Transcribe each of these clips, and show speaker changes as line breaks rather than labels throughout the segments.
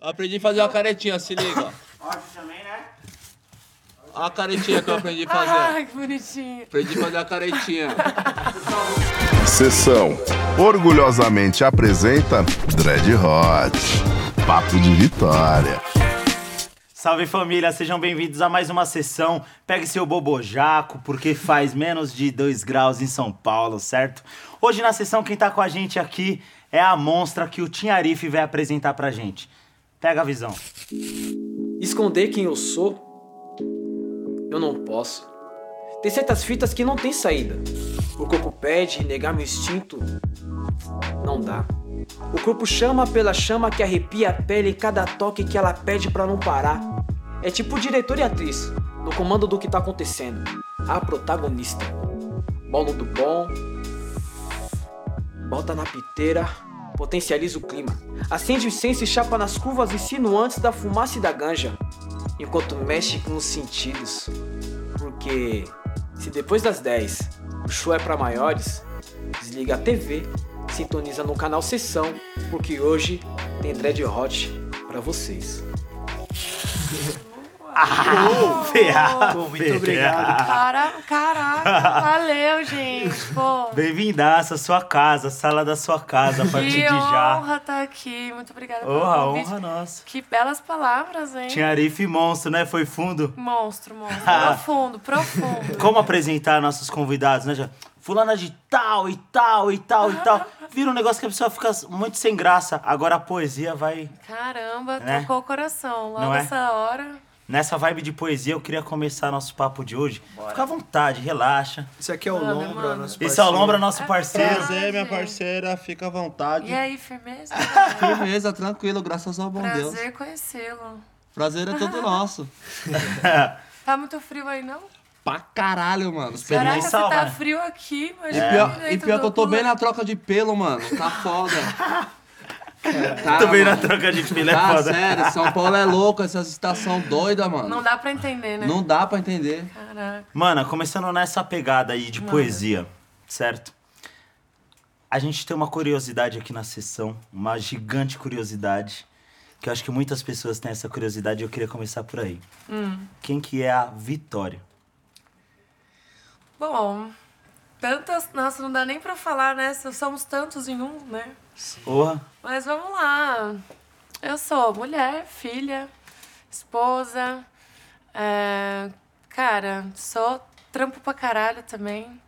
Eu aprendi a fazer uma caretinha, se liga. ó.
Ótimo também, né?
Ó A caretinha que eu aprendi a fazer.
Ai, que bonitinho.
Aprendi a fazer a caretinha.
Sessão orgulhosamente apresenta Dread Hot. Papo de Vitória.
Salve família, sejam bem-vindos a mais uma sessão. Pegue seu bobojaco, porque faz menos de 2 graus em São Paulo, certo? Hoje na sessão, quem tá com a gente aqui é a monstra que o Tim Arif vai apresentar pra gente. Pega a visão.
Esconder quem eu sou? Eu não posso. Tem certas fitas que não tem saída. O corpo pede e negar meu instinto não dá. O corpo chama pela chama que arrepia a pele em cada toque que ela pede pra não parar. É tipo diretor e atriz, no comando do que tá acontecendo. A protagonista. Bono do bom, Bota na piteira, potencializa o clima. Acende o incenso e chapa nas curvas insinuantes da fumaça e da ganja. Enquanto mexe com os sentidos. Porque se depois das 10 o show é pra maiores, desliga a TV, sintoniza no canal Sessão, porque hoje tem Dread Hot pra vocês.
Ferrado,
Muito obrigado.
Cara, caraca, valeu, gente. Pô,
Bem-vindaça à sua casa, sala da sua casa, a partir de
que
já.
honra estar aqui. Muito obrigada pelo
Honra,
convite.
honra nossa.
Que belas palavras, hein?
Tim Arif monstro, né? Foi fundo.
Monstro, monstro. profundo, profundo.
Como apresentar nossos convidados, né? Já, fulana de tal e tal e tal e tal. Vira um negócio que a pessoa fica muito sem graça. Agora a poesia vai.
Caramba,
Né?
tocou o coração. Logo
Não é?
essa hora.
Nessa vibe de poesia, eu queria começar nosso papo de hoje. Fica à vontade, relaxa.
Isso aqui é o
né?
Lombra, nosso parceiro.
Esse é o Lombra, nosso parceiro.
Prazer, minha parceira,
fica à vontade.
E aí, firmeza?
Firmeza, tranquilo, graças ao bom Deus.
Prazer conhecê-lo.
Prazer é todo nosso.
Tá muito frio aí, não?
Pra caralho, mano. E
Pera-
Caraca,
nem
você
salva,
tá
né?
frio aqui, mas...
pior, e pior que eu tô bem na troca de pelo, mano. Tá foda. Cara,
Também na
Ah, mano,
troca de filha é
Tá,
foda.
sério, São Paulo é louco, essas estações doidas, mano.
Não dá pra entender, né?
Não dá pra entender.
Caraca.
Mana, começando nessa pegada aí de poesia, certo? A gente tem uma curiosidade aqui na sessão, uma gigante curiosidade, que eu acho que muitas pessoas têm essa curiosidade e eu queria começar por aí.
Hum.
Quem que é a Vitória?
Bom, tantas... Nossa, não dá nem pra falar, né? Somos tantos em um, né?
Porra,
Mas vamos lá. Eu sou mulher, filha, esposa. é, cara, sou trampo pra caralho também.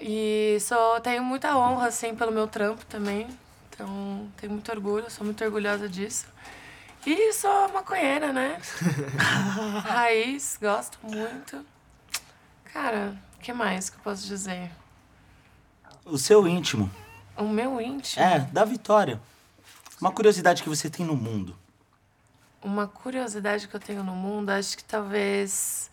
E sou, tenho muita honra, assim, pelo meu trampo também. Então, tenho muito orgulho, sou muito orgulhosa disso. E sou maconheira, né? Raiz, gosto muito. Cara, o que mais que eu posso dizer?
o seu íntimo.
O meu íntimo.
É, da Vitória. Uma curiosidade que você tem no mundo.
Uma curiosidade que eu tenho no mundo, acho que talvez.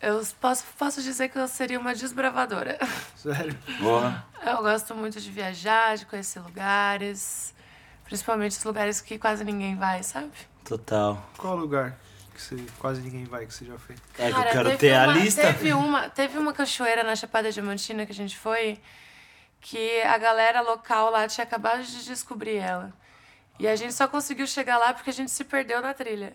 Eu posso, posso dizer que eu seria uma desbravadora.
Sério.
Porra.
Eu gosto muito de viajar, de conhecer lugares, principalmente os lugares que quase ninguém vai, sabe?
Total.
Qual lugar que você, quase ninguém vai que você já foi?
É que eu
Cara,
quero
teve
ter a
uma-
lista.
Teve uma, teve uma cachoeira na Chapada Diamantina que a gente foi, que a galera local lá tinha acabado de descobrir ela. E a gente só conseguiu chegar lá porque a gente se perdeu na trilha.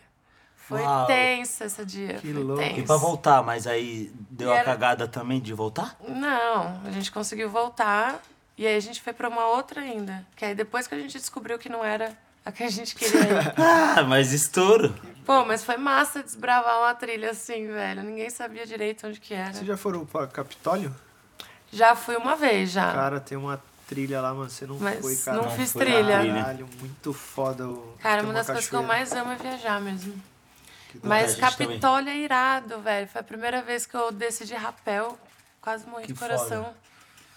Foi
Uau.
tenso esse dia.
Que
foi
louco.
tenso.
E pra voltar, mas aí deu
E
a
era-
cagada também de voltar?
Não, a gente conseguiu voltar e aí a gente foi pra uma outra ainda. Que aí depois que a gente descobriu que não era a que a gente queria ir.
Ah, mas estouro.
Pô, mas foi massa desbravar uma trilha assim, velho. Ninguém sabia direito onde que era.
Vocês já foram pra Capitólio?
Já fui uma vez já.
Cara, tem uma trilha lá, mano. Você não
mas
foi, cara.
não
Não
fiz
foi na
trilha.
trilha.
Caralho, muito foda o.
Cara,
tem
uma das coisas que eu
cachoeira.
mais amo é viajar mesmo.
da
hora. A
Mas
gente
Capitólio é irado, velho. Foi a primeira vez que eu desci de rapel. Quase morri
Que
de coração.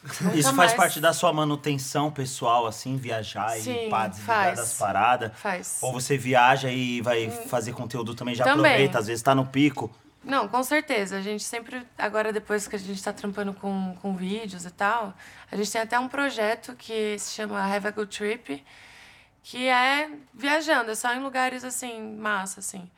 Isso
Nunca
faz
mais.
parte da sua manutenção pessoal, assim, viajar e
Sim,
pá, desligar
faz.
das paradas.
Faz.
Ou você viaja e vai fazer conteúdo também, já
Também.
aproveita, às vezes tá no pico.
Não, com certeza. A gente sempre, agora depois que a gente tá trampando com, com vídeos e tal, a gente tem até um projeto que se chama Have a Good Trip, que é viajando, é só em lugares assim, massa, assim.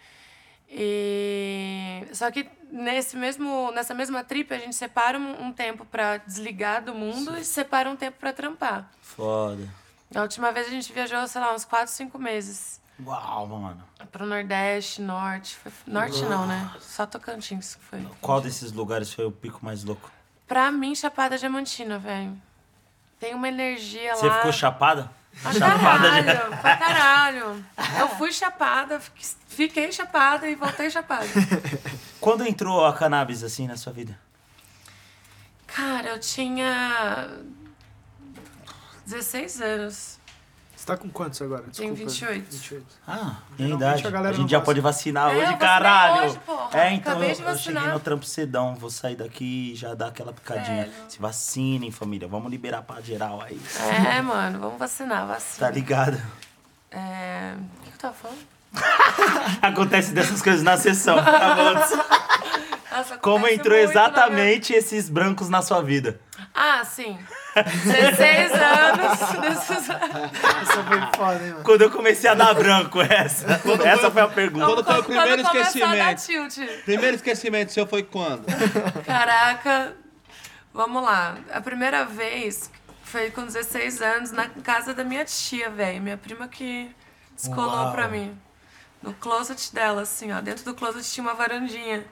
E só que nesse mesmo, nessa mesma trip a gente separa um, um tempo pra desligar do mundo e separa um tempo pra trampar.
Foda.
A última vez a gente viajou, sei lá, uns 4, 5 meses.
Uau, mano.
Pro Nordeste, Norte. Foi- Norte não, né? Só Tocantins que foi.
Qual desses lugares foi o pico mais louco?
Pra mim, Chapada Diamantina, velho. Tem uma energia
Você
Tá lá.
ficou chapada?
Pra
Chapada
caralho, pra caralho. Eu fui chapada, fiquei- fiquei chapada e voltei chapada.
Quando entrou a cannabis assim na sua vida?
Cara, eu tinha 16 anos.
Você tá com quantos agora?
Tenho
Desculpa.
28.
28.
Ah, minha
Geralmente
idade.
a
A,
galera não
gente já
gosta.
pode vacinar
É, eu
hoje,
vacinei
caralho.
hoje, porra.
É, então
Acabei de
eu, eu cheguei
vacinar.
no trampo cedão, vou sair daqui e já dar aquela picadinha. Se vacinem, família. Vamos liberar pra geral aí.
É, mano, vamos vacinar,
Tá
vacina.
ligado?
É, O que que eu tava falando?
Acontece dessas coisas na sessão. Tá bom?
Nossa,
Como
acontece
entrou
muito na minha-
exatamente esses brancos na sua vida?
Ah, sim. 16 anos. 16 anos.
Essa foi foda, hein, mano?
Quando eu comecei a dar branco, essa. essa foi a pergunta.
Quando foi o primeiro
começar a dar
esquecimento?
tilt.
Primeiro esquecimento seu foi quando?
Caraca, vamos lá. A primeira vez foi com 16 anos na casa da minha tia, velho. Minha prima que descolou
Uau.
pra mim. No closet dela, assim, ó. Dentro do closet tinha uma varandinha.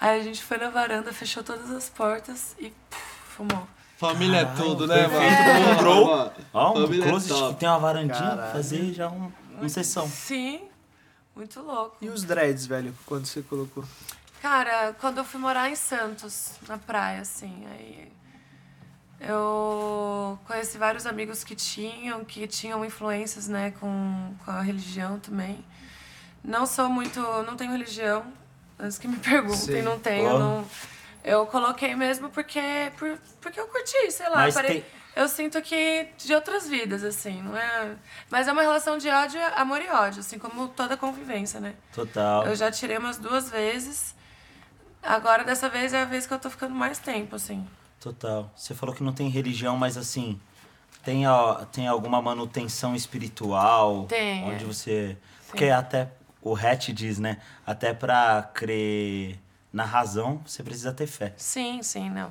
Aí a gente foi na varanda, fechou todas as portas e puf, fumou.
Família é tudo, né, mano?
perfeito.
Porra,
Bro.
mano.
Ó, um
Família é
closet
top.
que tem uma varandinha,
Caralho.
fazer já um, um sessão.
Sim, muito louco.
E os dreads, velho, quando você colocou?
Cara, quando eu fui morar em Santos, na praia, assim, aí eu conheci vários amigos que tinham, que tinham influências, né, com, com a religião também. Não sou muito, não tenho religião, antes que me perguntem,
Sim.
não tenho,
Claro.
não- Eu coloquei mesmo porque, por- porque eu curti, sei lá.
Mas
parei-
tem-
Eu sinto que de outras vidas, assim, não é... Mas é uma relação de ódio, amor e ódio, assim, como toda convivência, né?
Total.
Eu já tirei umas duas vezes. Agora, dessa vez, é a vez que eu tô ficando mais tempo, assim.
Total. Você falou que não tem religião, mas assim, tem, a, tem alguma manutenção espiritual?
Tem,
Onde
é.
você. Porque até o Hatch diz, né? Até pra crer na razão, você precisa ter fé.
Sim, sim, não.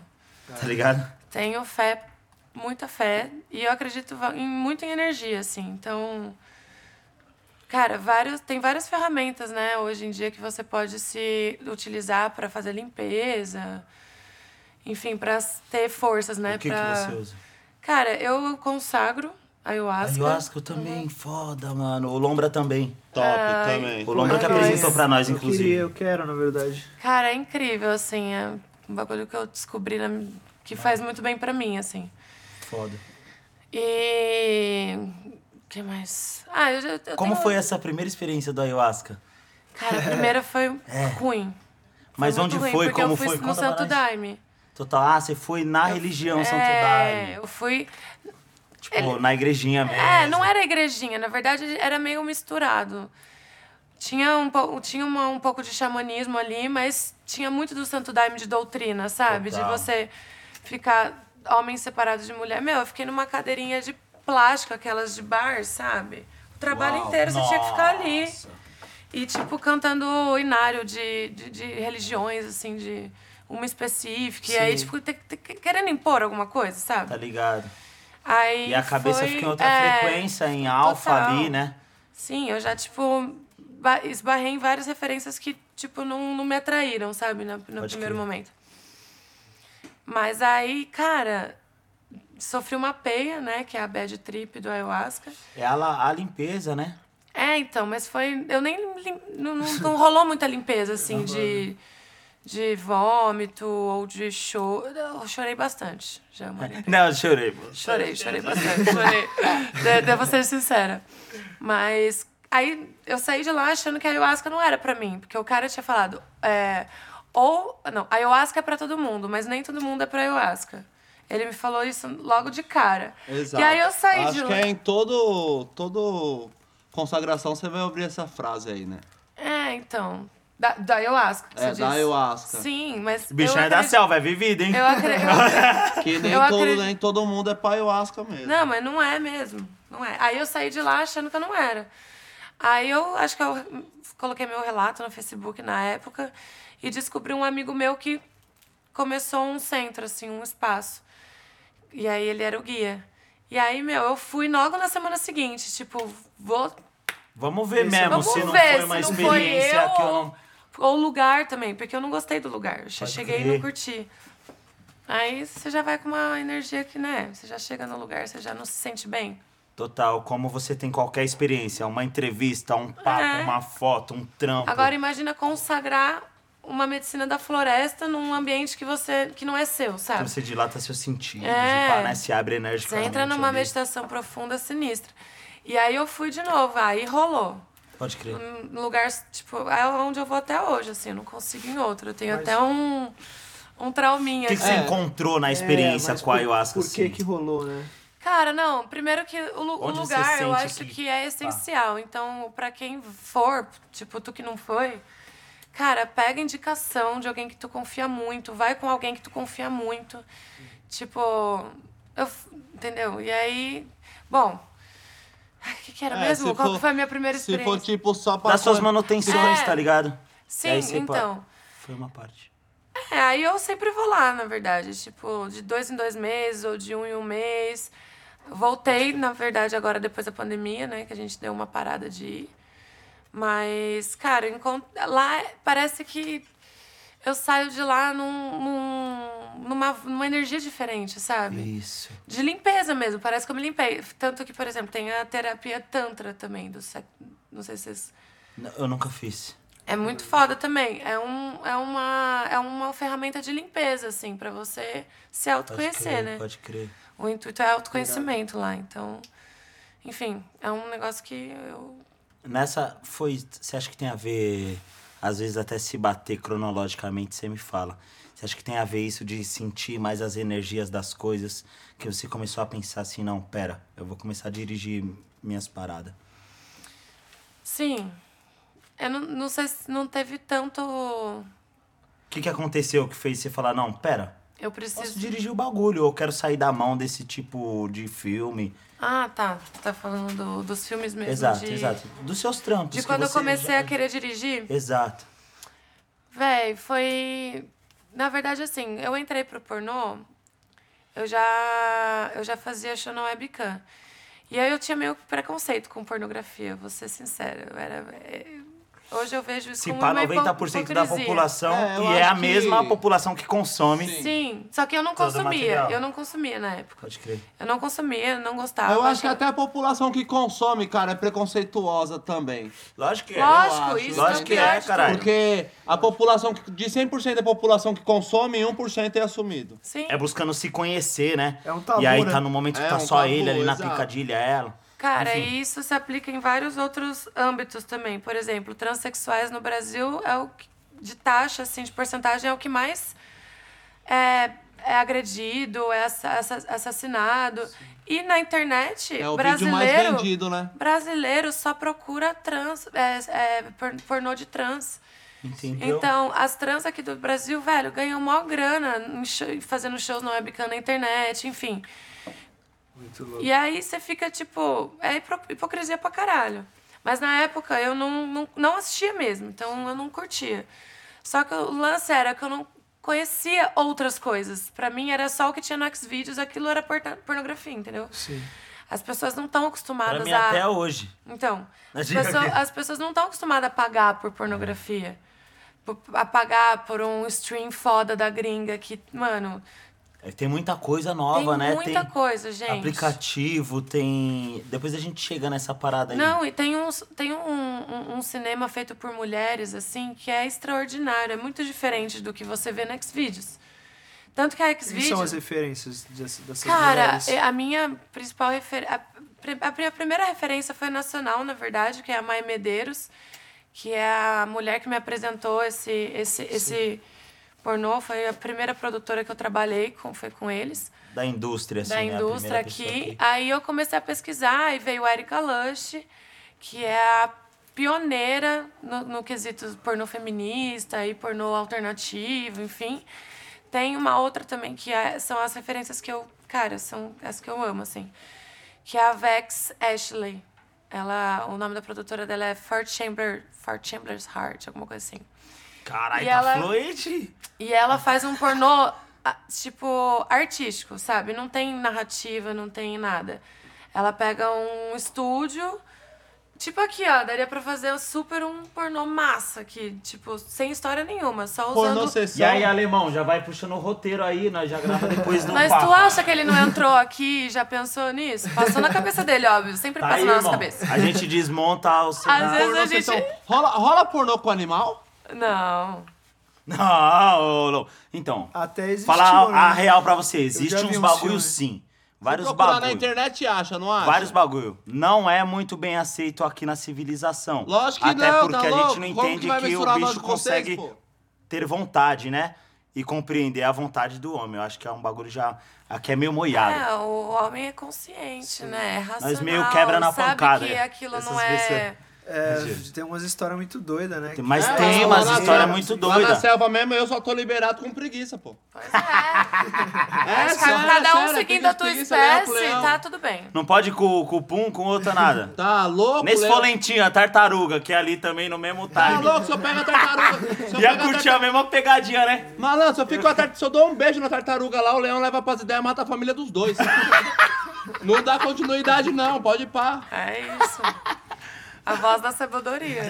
Tá ligado?
Tenho fé, muita fé. E eu acredito va- em, muito em energia, assim. Então, cara, vários, tem várias ferramentas, né? Hoje em dia que você pode se utilizar pra fazer limpeza. Enfim, pra ter forças, né?
o que,
pra...
que você usa?
Cara, eu consagro ayahuasca.
Ayahuasca também, foda, mano. O Lombra também.
Top também.
O Lombra que
Mas-
apresentou pra nós,
Ah, eu queria,
inclusive.
eu quero, na verdade.
Cara, é incrível, assim. É um bagulho que eu descobri na- que faz muito bem pra mim, assim.
Foda.
E. O que mais? Ah, eu já. eu
Como
tenho-
foi essa primeira experiência do Ayahuasca?
Cara, a primeira foi ruim.
É. Mas
muito
onde
ruim,
foi?
porque
Como
eu fui
foi?
No
Conta pra
Santo
nós.
Daime.
Total, ah, você foi na religião Santo
é,
Daime.
eu fui.
Tipo, na igrejinha mesmo.
É, não era igrejinha, na verdade era meio misturado. Tinha um, pou- tinha uma- um pouco de xamanismo ali, mas tinha muito do santo daime de doutrina, sabe?
Total.
De você ficar homem separado de mulher. Meu, eu fiquei numa cadeirinha de plástico, aquelas de bar, sabe? O trabalho
Uau,
inteiro você tinha que ficar ali.
nossa.
E, tipo, cantando o inário de, de, de religiões, assim, de uma específica. E aí, tipo, te- te- querendo impor alguma coisa, sabe?
Tá ligado?
Aí
E a cabeça
foi-
fica em outra
é,
frequência, em alfa
total.
ali, né?
Sim, eu já, tipo, ba- esbarrei em várias referências que, tipo, não, não me atraíram, sabe? No, no
Pode
primeiro
crer.
momento. Mas aí, cara, sofri uma peia, né? Que é a bad trip do ayahuasca.
É a, la- a limpeza, né?
É, então, mas foi. Eu nem. lim- Não, não, não rolou muita limpeza, assim, de. De vômito ou de choro. Eu chorei bastante, já, Maria.
Não, eu chorei. mano.
Chorei, chorei bastante, chorei. De- Devo ser sincera. Mas aí eu saí de lá achando que a ayahuasca não era pra mim, porque o cara tinha falado. é, ou. Não, a ayahuasca é pra todo mundo, mas nem todo mundo é pra ayahuasca. Ele me falou isso logo de cara.
Exato.
E aí eu saí
Acho
de
que
lá.
é em todo, todo consagração você vai ouvir essa frase aí, né?
É, então. Da, da ayahuasca. que
É,
você
da
diz.
ayahuasca.
Sim, mas.
Bichão
eu
é da
acredito-
selva, é vivido, hein?
Eu acredito.
Que nem,
Eu
todo,
acredito-
nem todo mundo é pra ayahuasca mesmo.
Não, mas não é mesmo. Não é. Aí eu saí de lá achando que eu não era. Aí eu acho que eu coloquei meu relato no Facebook na época e descobri um amigo meu que começou um centro, assim, um espaço. E aí ele era o guia. E aí, meu, eu fui logo na semana seguinte, tipo, vou
Vamos ver mesmo
Vamos
se não
ver,
foi uma
se não foi
experiência
eu
que eu
ou-
não.
Ou o lugar também, porque eu não gostei do lugar. Eu che-
Pode
cheguei e
crer.
não curti. Aí você já vai com uma energia que, né? Você já chega no lugar, você já não se sente bem.
Total, como você tem qualquer experiência, uma entrevista, um papo,
É.
uma foto, um trampo.
Agora imagina consagrar uma medicina da floresta num ambiente que você que não é seu,
Então
sabe?
você dilata seus sentidos,
É.
e pá, né? Se abre
Você
energicamente.
entra numa
ali.
meditação profunda, sinistra. E aí eu fui de novo, aí rolou.
Pode crer.
um lugar, tipo, é onde eu vou até hoje, assim, eu não consigo ir em outro. Eu tenho até um, um trauminha.
O que, que
assim.
você encontrou na É, experiência
mas
com a ayahuasca?
Por, por que
assim?
que rolou, né?
Cara, não, primeiro que o, lu- o
Onde você
lugar eu
sente
acho
que- tá?
que é essencial. Então, pra quem for, tipo, tu que não foi, cara, pega indicação de alguém que tu confia muito, vai com alguém que tu confia muito. Tipo, eu f- entendeu? E aí, bom, ai, o que, que era
É,
mesmo?
se
Qual
for-
que foi a minha primeira
Se
experiência?
for tipo só pra.
Das suas
coisa-
manutenções,
É.
tá ligado?
Sim,
Aí você pa-
então.
Foi uma parte.
É, aí eu sempre vou lá, na verdade. Tipo, de dois em dois meses ou de um em um mês. Voltei, na verdade, agora depois da pandemia, né? Que a gente deu uma parada de ir. Mas, cara, encont- lá parece que eu saio de lá num, num- numa, numa energia diferente, sabe?
Isso.
De limpeza mesmo, parece que eu me limpei. Tanto que, por exemplo, tem a terapia tantra também, do sec... não sei se vocês
N- Eu nunca fiz.
é muito foda também. É, um, é, uma, é uma ferramenta de limpeza, assim, pra você se
Pode
autoconhecer,
crer,
né?
Pode crer.
O intuito é autoconhecimento lá, então. Enfim, é um negócio que eu.
Nessa foi. Você acha que tem a ver. Às vezes até se bater cronologicamente, você me fala. Você acha que tem a ver isso de sentir mais as energias das coisas? Que você começou a pensar assim, não, pera, eu vou começar a dirigir minhas paradas.
Sim. Eu não, não sei se não teve tanto.
O que, que aconteceu que fez você falar, não, pera,
Eu
posso
preciso.
dirigir o bagulho, ou eu quero sair da mão desse tipo de filme.
Ah, tá. Tu tá falando do- dos filmes mesmo.
exato,
de...
exato. Dos seus trampos.
De
que
quando eu
você
comecei
já-
a querer dirigir.
Exato.
Véi, foi. Na verdade, assim, eu entrei pro pornô, eu já, eu já fazia show na webcam. E aí eu tinha meio preconceito com pornografia, vou ser sincera. Eu era. é, Hoje eu vejo isso
Se
como
pá,
uma hipo-
90% da
hipocrisia.
população,
É, eu
e é
acho
a
que-
mesma população que consome.
Sim, só que eu não
Todo
consumia.
material.
Eu não consumia na época.
Pode crer.
Eu não consumia, não gostava.
Eu acho que
achava-
até a população que consome, cara, é preconceituosa também.
Lógico que é.
Lógico,
acho,
isso
lógico
é o
que
pior
é,
de
caralho.
tudo.
Porque a população, que- de 100% da população que consome, 1% é assumido.
Sim.
É buscando se conhecer, né?
É um tabu,
E aí
né?
tá no momento que
É
tá
um
só
tabu,
ele ali na
exato.
picadilha, ela.
Cara, e isso se aplica em vários outros âmbitos também. Por exemplo, transexuais no Brasil é o que, de taxa, assim, de porcentagem, é o que mais é, é agredido, é assa- assa- assassinado. E na internet,
É o vídeo
brasileiro.
mais vendido, né?
Brasileiro só procura trans, é, é, por- pornô de trans.
Entendeu?
Então, as trans aqui do Brasil, velho, ganham maior grana em show- fazendo shows na webcam na internet, enfim.
Muito louco.
E aí você fica tipo, é hipo- hipocrisia pra caralho. Mas na época eu não, não, não assistia mesmo, então eu não curtia. Só que o lance era que eu não conhecia outras coisas. Pra mim era só o que tinha no Xvideos, aquilo era porta- pornografia, entendeu?
Sim.
As pessoas não estão
pra
acostumadas
mim,
a.
até hoje.
Então, as
Diga
pessoas,
aqui.
as pessoas não estão acostumadas a pagar por pornografia. Por- A pagar por um stream foda da gringa que, mano,
É, Tem muita coisa nova,
tem
né?
muita
tem
coisa, gente.
aplicativo, tem. Depois a gente chega nessa parada aí.
Não, e tem, uns, tem um, um, um cinema feito por mulheres, assim, que é extraordinário. É muito diferente do que você vê no Xvideos. Tanto que a
O que são as
Xvideos...
referências dessa- dessas
Cara,
mulheres?
eh, a minha principal referência... A, pri- a primeira referência foi nacional, na verdade, que é a Mai Medeiros, que é a mulher que me apresentou esse, esse, esse pornô. Foi a primeira produtora que eu trabalhei com, foi com eles
Da indústria, assim.
da
né? A primeira
indústria
pessoa
aqui.
que-
Aí eu comecei a pesquisar e veio a Erika Lush, que é a pioneira no, no quesito pornô feminista e pornô alternativo, enfim. Tem uma outra também que é- são as referências que eu, cara, são as que eu amo, assim. Que é a Vex Ashley. Ela, o nome da produtora dela é Four, Chamber, Four Chambers Heart, alguma coisa assim.
Caralho,
E
tá
ela-
fluente?
E ela faz um pornô, a- tipo, artístico, sabe? Não tem narrativa, não tem nada. Ela pega um estúdio Tipo aqui, ó, daria pra fazer super um pornô massa aqui, tipo, sem história nenhuma, só tá usando...
Pornô
E
sessão.
aí, alemão, já vai puxando o roteiro aí, nós já grava depois do
Mas
papo.
tu acha que ele não entrou aqui e já pensou nisso? Passou na cabeça dele, óbvio, sempre
Tá
passa
aí,
na nossa
irmão.
cabeça.
A gente desmonta o cenário.
Às vezes
Pornô
a gente...
sessão. então, Rola, rola pornô com animal?
Não.
Não, ô, Lô. Então,
Até existiu,
falar
né?
a real pra você. Existe
já vi um
uns
uns
bagulho
filmes.
sim. Vários
Procurar na
bagulho.
internet e acha, não acha?
Vários bagulho. Não é muito bem aceito aqui na civilização.
Lógico que
Até
não,
porque
tá
a gente
louco?
não
Como que
entende
vai
que, o
misturar nós
bicho
com vocês,
consegue
pô?
ter vontade, né? E compreender a vontade do homem. Eu acho que é um bagulho já. Aqui é meio moiado.
É, o homem é consciente, né? É racional.
Mas meio quebra na
sabe
pancada,
que
né?
aquilo não
Essas vezes
é...
você-
É, tem umas histórias muito doidas, né?
Mas
É,
tem
lá
umas
na
histórias
selva-
muito
Lá na
doidas.
selva mesmo eu só tô liberado com preguiça, pô.
Pois é.
É, sério,
Cada um
sério,
seguindo
tem
a tua
preguiça, é leão,
espécie,
leão.
tá tudo bem.
Não pode com, com o pum, com outra nada.
Tá louco,
Nesse
leão?
folentinho, a tartaruga, que é ali também no mesmo
Tá
time.
louco, se eu pego a tartaruga. se eu
Ia
pego a
curtir a mesma pegadinha, né?
Malandro, se eu, fico com a tar- se eu dou um beijo na tartaruga lá, o leão leva pras ideias e mata a família dos dois. não dá continuidade, não, pode ir pá.
É isso. A voz da sabedoria.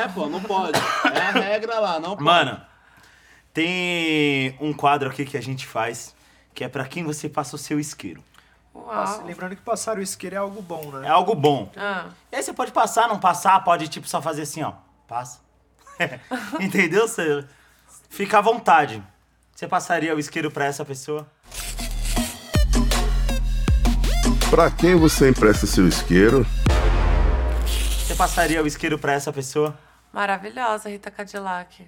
É, pô, não pode. É a regra lá, não pode.
Mano, tem um quadro aqui que a gente faz, que é pra quem você passa o seu isqueiro.
Passa-
Uau.
Lembrando que passar o isqueiro é algo bom,
É
né?
algo bom.
Ah,
E aí você pode passar, não passar, pode tipo só fazer assim, ó. Passa. Entendeu? Você fica à vontade. Você passaria o isqueiro pra essa pessoa?
Pra quem você empresta seu isqueiro?
Você passaria o isqueiro pra essa pessoa?
maravilhosa, Rita Cadillac.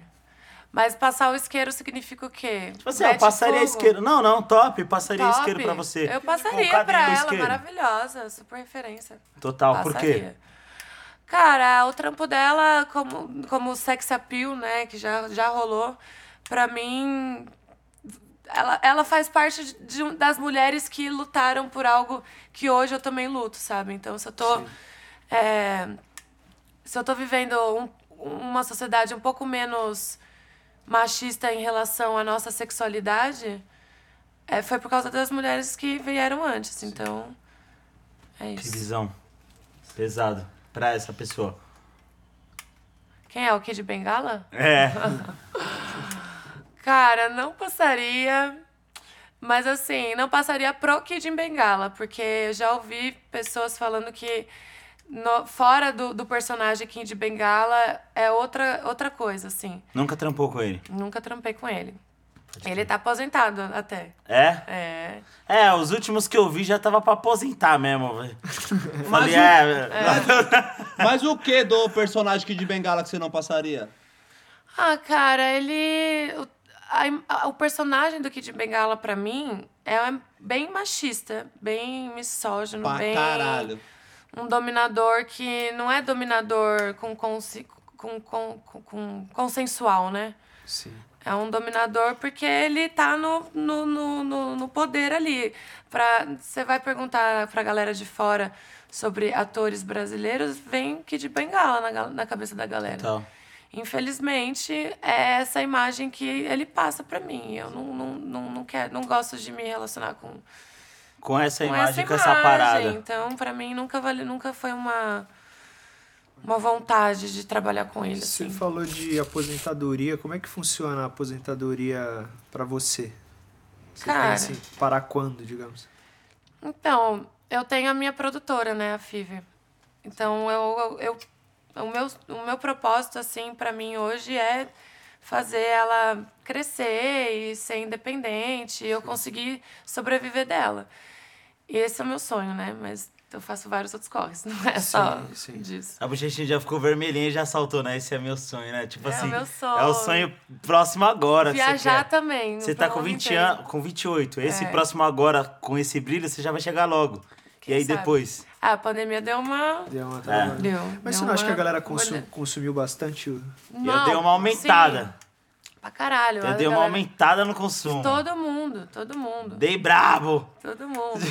Mas passar o isqueiro significa o quê?
Tipo assim, ó, passaria isqueiro. Não, não, top, passaria isqueiro pra você.
Eu
Colocar
passaria
dentro
pra
do
ela,
isqueiro.
maravilhosa, super referência.
Total, por quê?
Passaria. Cara, o trampo dela, como, como sex appeal, né, que já, já rolou, pra mim, ela, ela faz parte de- de um- das mulheres que lutaram por algo que hoje eu também luto, sabe? Então, se eu tô. é, se eu tô vivendo um- uma sociedade um pouco menos machista em relação à nossa sexualidade, é, foi por causa das mulheres que vieram antes. Então, é
Que
isso.
visão. Pesado. Pra essa pessoa.
Quem é o Kid Bengala?
É.
Cara, não passaria. Mas assim, não passaria pro Kid em Bengala, porque eu já ouvi pessoas falando que no- fora do, do personagem Kid Bengala é outra, outra coisa, assim.
Nunca trampou com ele.
Nunca trampei com ele. Ele tá aposentado até.
É?
É.
É, os últimos que eu vi já tava pra aposentar mesmo, velho. Falei,
o-
é, velho.
Mas o que do personagem que de bengala que você não passaria?
Ah, cara, ele. O, a im- a- o personagem do Kid Bengala, pra mim, é bem machista, bem misógino,
Pra
bem.
caralho.
um dominador que não é dominador com, consi- com, com, com, com- consensual, né?
Sim.
É um dominador porque ele tá no, no, no, no- no poder ali. Pra, você vai perguntar pra galera de fora sobre atores brasileiros, vem que de bengala na, gal- na cabeça da galera.
Então,
Infelizmente, é essa imagem que ele passa pra mim. Eu não, não, não, não quero, não gosto de me relacionar com,
com essa
com
imagem,
essa
com essa
imagem.
parada.
é Então, pra mim, nunca, vale, nunca foi uma, uma vontade de trabalhar com ele.
Você
Assim.
falou de aposentadoria. Como é que funciona a aposentadoria pra você? Você
Cara.
pensa em parar quando, digamos?
Então, eu tenho a minha produtora, né, a FIV. Então, eu, eu, eu- o, meu, o meu propósito, assim, pra mim hoje é fazer ela crescer e ser independente e eu conseguir sobreviver dela. E esse é o meu sonho, né? Mas eu faço vários outros corres, não é só
Sim, sim.
disso.
A bochechinha já ficou vermelhinha e já saltou, né? Esse é meu sonho, né? Tipo
É o
assim.
meu sonho.
É o sonho próximo agora. que você
Viajar
quer.
também.
Você
pro
tá com
mundo
20
inteiro.
anos, com 28. Esse
É.
próximo agora, com esse brilho, você já vai chegar logo.
Quem
e aí
sabe?
depois?
Ah, a pandemia deu uma.
Deu
É.
uma travada.
Deu.
Mas
deu
você não acha
uma
que a galera consu-
olhada.
consumiu bastante? o-
eu
Não,
dei uma aumentada.
Sim, pra caralho. a
eu dei uma
galera-
aumentada no consumo.
Todo Tá mundo, todo mundo.
Dei brabo.
Todo mundo.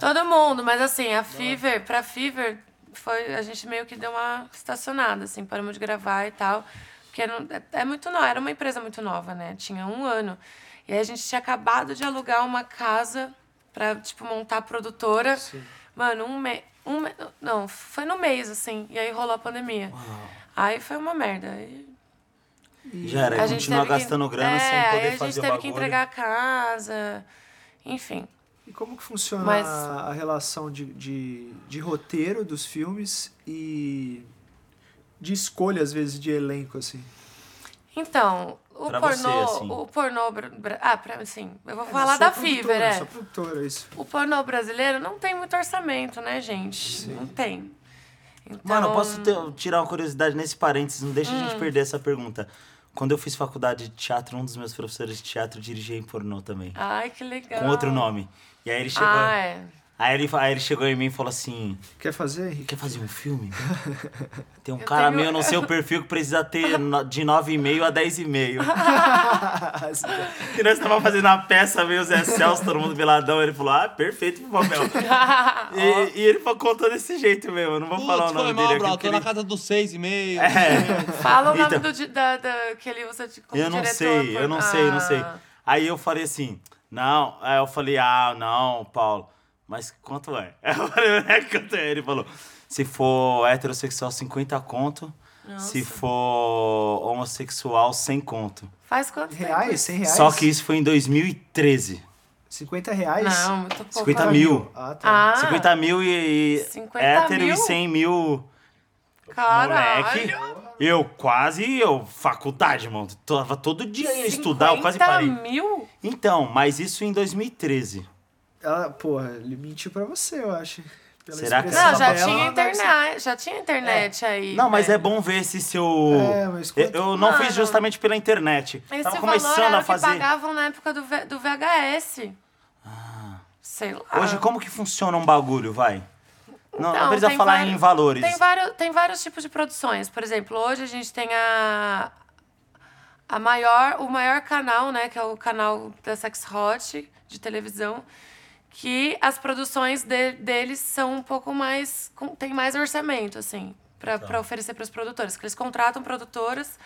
Todo mundo, mas assim, a Fever, pra Fever, foi, a gente meio que deu uma estacionada, assim, paramos de gravar e tal. Porque não, é, é muito nova, era uma empresa muito nova, né? Tinha um ano. E aí a gente tinha acabado de alugar uma casa pra, tipo, montar a produtora. Mano, um mês. Um, me- não, foi no mês, assim. E aí rolou a pandemia. Aí foi uma merda. Aí
Já era,
a
e
gente
continuar
teve que-
gastando grana
é,
sem
aí
poder
a
fazer
gente
o
teve
bagulho.
que entregar a casa. Enfim.
E como que funciona
Mas-
a relação de, de, de roteiro dos filmes e de escolha, às vezes, de elenco, assim?
Então, o
Pra você,
pornô.
assim.
O pornô. bra- bra- Ah, pra, assim, eu vou
Eu
falar
sou
da
produtora,
Fiverr, é.
Sou produtora, isso.
O pornô brasileiro não tem muito orçamento, né, gente? Não tem. Então,
Mano, eu posso ter- tirar uma curiosidade nesse parênteses? Não deixa
Hum.
a gente perder essa pergunta. Quando eu fiz faculdade de teatro, um dos meus professores de teatro dirigia em pornô também.
Ai, que legal.
Com outro nome. E aí ele chegou.
Ah, é.
Aí ele, fa- aí ele chegou em mim e falou assim:
Quer fazer, Henrique?
Quer fazer um filme? Tem um
Eu
cara
tenho-
meu no seu perfil que precisa ter no- de 9,5 a 10,5.
Ah,
e nós estávamos fazendo uma peça, veio o Zé Celso, todo mundo beladão. Ele falou: Ah, perfeito pro papel. e, e ele fa- contou desse jeito mesmo. Eu não vou falar o
Putz,
nome
foi mal,
dele aqui,
bro.
porque
Tô na
ele- É.
casa dos seis e meio.
Fala o nome
Então-
do, di- da, da- que ele usa de, como
Eu não
diretor,
sei,
por-
eu não sei, eu não sei.
Ah.
Aí eu falei assim, não, aí eu falei, ah, não, Paulo, mas quanto é? Eu falei, é quanto é? Ele falou, se for heterossexual, 50 conto. Se for homossexual, 100 conto.
Faz quanto
Reais? 100 reais?
Só que isso foi em 2013.
50
tempo?
reais?
Não, muito pouco.
50
né?
mil.
Ah, tá.
Ah,
50 mil e, e
50
hétero
mil?
e 100 mil
Caralho.
Moleque, eu quase, eu, faculdade, mano. Tava todo dia ia estudar, eu quase
50
parei.
mil?
Então, mas isso em 2013.
Ela, porra, ele mentiu pra você, eu acho. Pela
Será que-
expressão
Não, já
dela,
tinha
ela deve ser-
internet, já tinha internet aí. né?
Não, mas é
velho.
bom ver esse seu.
É, mas
eu,
quanto-
eu não
Mano.
fiz justamente pela internet.
Esse
Tava
valor
começando
era
a
o
fazer.
que pagavam na época do, V- do VHS. Sei lá.
Ah. Hoje, como que funciona um bagulho, vai? Não, não
Então,
precisa
tem
falar
vari-
em valores.
Tem vários, tem vários tipos de produções. Por exemplo, hoje a gente tem a, a maior, o maior canal, né? Que é o canal da Sex Hot de televisão. Que as produções de- deles são um pouco mais. com- tem mais orçamento, assim, pra,
Então.
pra oferecer pros produtores. Que eles contratam produtoras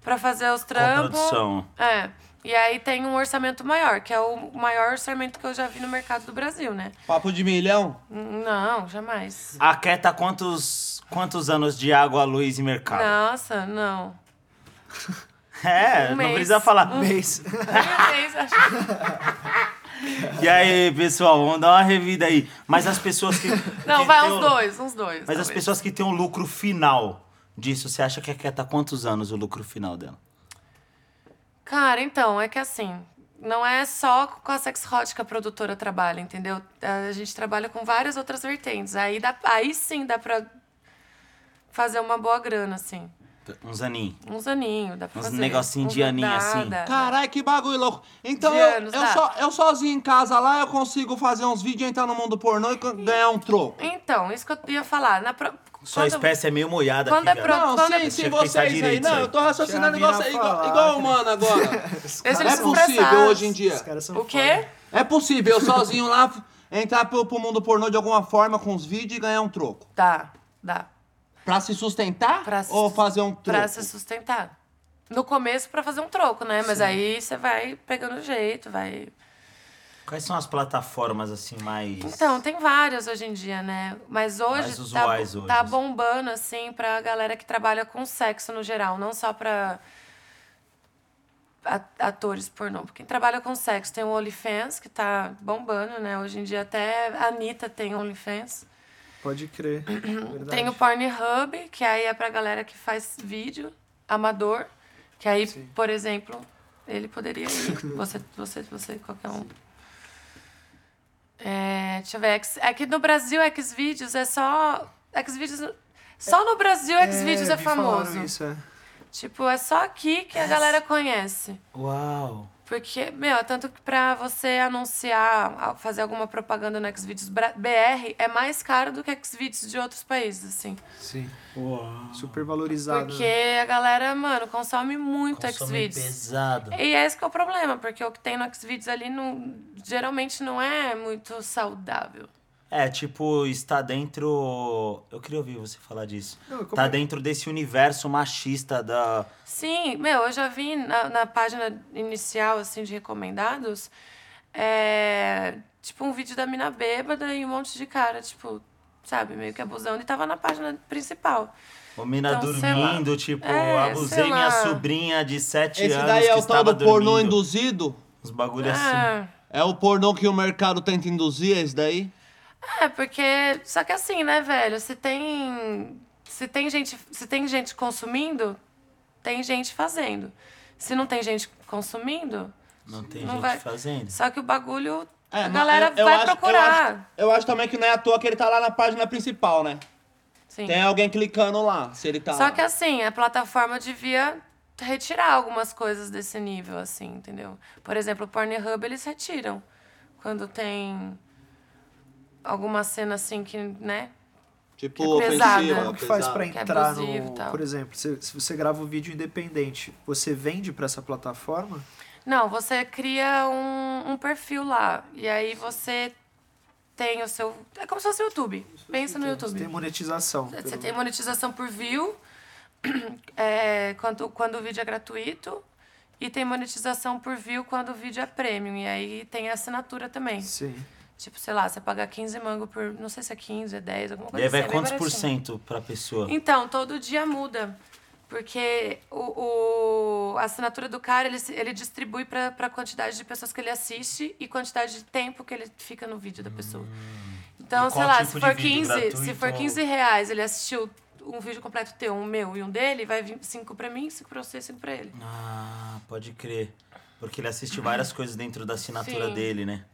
pra fazer os trampos.
produção.
É. E aí tem um orçamento maior, que é o maior orçamento que eu já vi no mercado do Brasil, né?
Papo de milhão.
Não, jamais.
A Keta, quantos, quantos anos de água, luz e mercado?
Nossa, não.
É, não
Um mês.
precisa falar.
Mês.
Meu Deus, acho-
E aí, pessoal, vamos dar uma revida aí. Mas as pessoas que.
Não,
que
vai
tem
uns
o-
dois, uns dois.
Mas as
talvez.
pessoas que têm um lucro final disso, você acha que a Keta, quantos anos o lucro final dela?
Cara, então, é que assim, não é só com a sex hot que a produtora trabalha, entendeu? A gente trabalha com várias outras vertentes. Aí, dá, aí sim dá pra fazer uma boa grana, assim.
Uns aninhos.
Uns aninhos, dá pra
Uns
fazer.
negocinho de aninho, assim.
Cara,
Caralho, que bagulho louco. Então
De
eu,
Tá. anos, tá.
eu,
dá.
só, eu sozinho em casa lá, eu consigo fazer uns vídeos, entrar no mundo pornô e co- ganhar um troco.
Então, isso que eu ia falar. Na pro...
Sua
quando-
espécie é meio molhada
quando é
aqui, viado.
pro-
Não,
Quando-
sim, sim,
Tinha que pensar
vocês aí.
direito
Não,
aí.
eu tô raciocinando
Tinha
igual,
vindo a
igual,
falar,
igual
que-
humano agora.
Deixa
é
eles
possível
expressar.
hoje em dia.
Os caras são
O quê?
É possível eu sozinho lá entrar pro, pro mundo pornô de alguma forma com os vídeos e ganhar um troco.
Dá, dá.
Pra se sustentar
Pra se-
ou fazer um troco?
Pra se sustentar. No começo, pra fazer um troco, né? Mas aí você vai pegando jeito, vai.
Quais são as plataformas assim mais.
Então, tem várias hoje em dia, né? Mas hoje
Mais
tá,
usuais hoje.
tá bombando, assim, pra galera que trabalha com sexo no geral, não só pra a- atores pornô. Porque Quem trabalha com sexo tem o OnlyFans, que tá bombando, né? Hoje em dia até a Anitta tem OnlyFans.
Pode crer.
Tem o
Verdade.
Pornhub, que aí é pra galera que faz vídeo amador. Que aí, por exemplo, ele poderia ir. Você, você, você, qualquer um. É, deixa eu ver. X- É que no Brasil, Xvideos é só. Xvideos. Só no Brasil, Xvideos é
vi falaram
famoso.
Isso, é.
Tipo, é só aqui que a galera conhece.
Uau!
Porque, meu, é tanto que pra você anunciar, a- fazer alguma propaganda no Xvideos Bra- BR é mais caro do que Xvideos de outros países, assim.
Sim. Super valorizado.
Porque é a galera, mano, consome muito
Consome
Xvideos.
pesado.
E esse que é o problema, porque o que tem no Xvideos ali não, geralmente não é muito saudável.
É, tipo, está dentro. Eu queria ouvir você falar disso.
Não, como
Tá
é-
dentro desse universo machista da.
Sim, meu, eu já vi na, na página inicial, assim, de recomendados, é, tipo, um vídeo da mina bêbada e um monte de cara, tipo, sabe, meio que abusando. E tava na página principal.
O mina
Então, sei lá.
dormindo, tipo,
É,
abusei
sei
minha
lá.
sobrinha de 7
Esse
anos
daí é o
que
tal
estava
do pornô
dormindo.
induzido?
Os bagulho assim.
É,
É o pornô que o mercado tenta induzir, é esse daí?
é, porque. Só que assim, né, velho? Se tem. Se tem gente, se tem gente consumindo, tem gente fazendo. Se não tem gente consumindo,
Não tem
Não
gente
vai-
fazendo.
só que o bagulho.
É,
a
não,
galera
eu- eu
vai
acho- eu
procurar.
acho- Eu acho também que não é à toa que ele tá lá na página principal, né?
Sim.
Tem alguém clicando lá, se ele tá
Só que assim, a plataforma devia retirar algumas coisas desse nível, assim, entendeu? Por exemplo, o Pornhub eles retiram quando tem alguma cena assim que, né?
Tipo,
que é pesada.
ofensiva.
Como
Como que faz pra
Que é
entrar
abusivo e
no.
tal.
Por exemplo, se, se você grava um vídeo independente, você vende pra essa plataforma?
Não, você cria um, um perfil lá. E aí você tem o seu. É como se fosse o YouTube. Pensa no
Você tem
YouTube.
monetização.
Você
pelo-
tem monetização por view, é, quando, quando o vídeo é gratuito. E tem monetização por view quando o vídeo é premium. E aí tem a assinatura também.
Sim.
Tipo, sei lá, você paga 15 mango por. Não sei se é 15, é 10, alguma
E
coisa
aí
assim.
vai
é bem
quantos por
baratinho.
cento pra pessoa?
Então, todo dia muda. Porque o, o- a assinatura do cara, ele, se- ele distribui pra, pra quantidade de pessoas que ele assiste e quantidade de tempo que ele fica no vídeo da pessoa. Então,
Hum. E
sei
qual
lá,
tipo
se
de
for,
vídeo?
15, se
Gratuito
for
ou-
15 reais, ele assistiu um vídeo completo teu, um meu e um dele, vai vir 5 pra mim, 5 pra você e 5 pra ele.
Ah, pode crer. Porque ele assiste várias coisas dentro da assinatura
Uhum. Sim.
dele, né?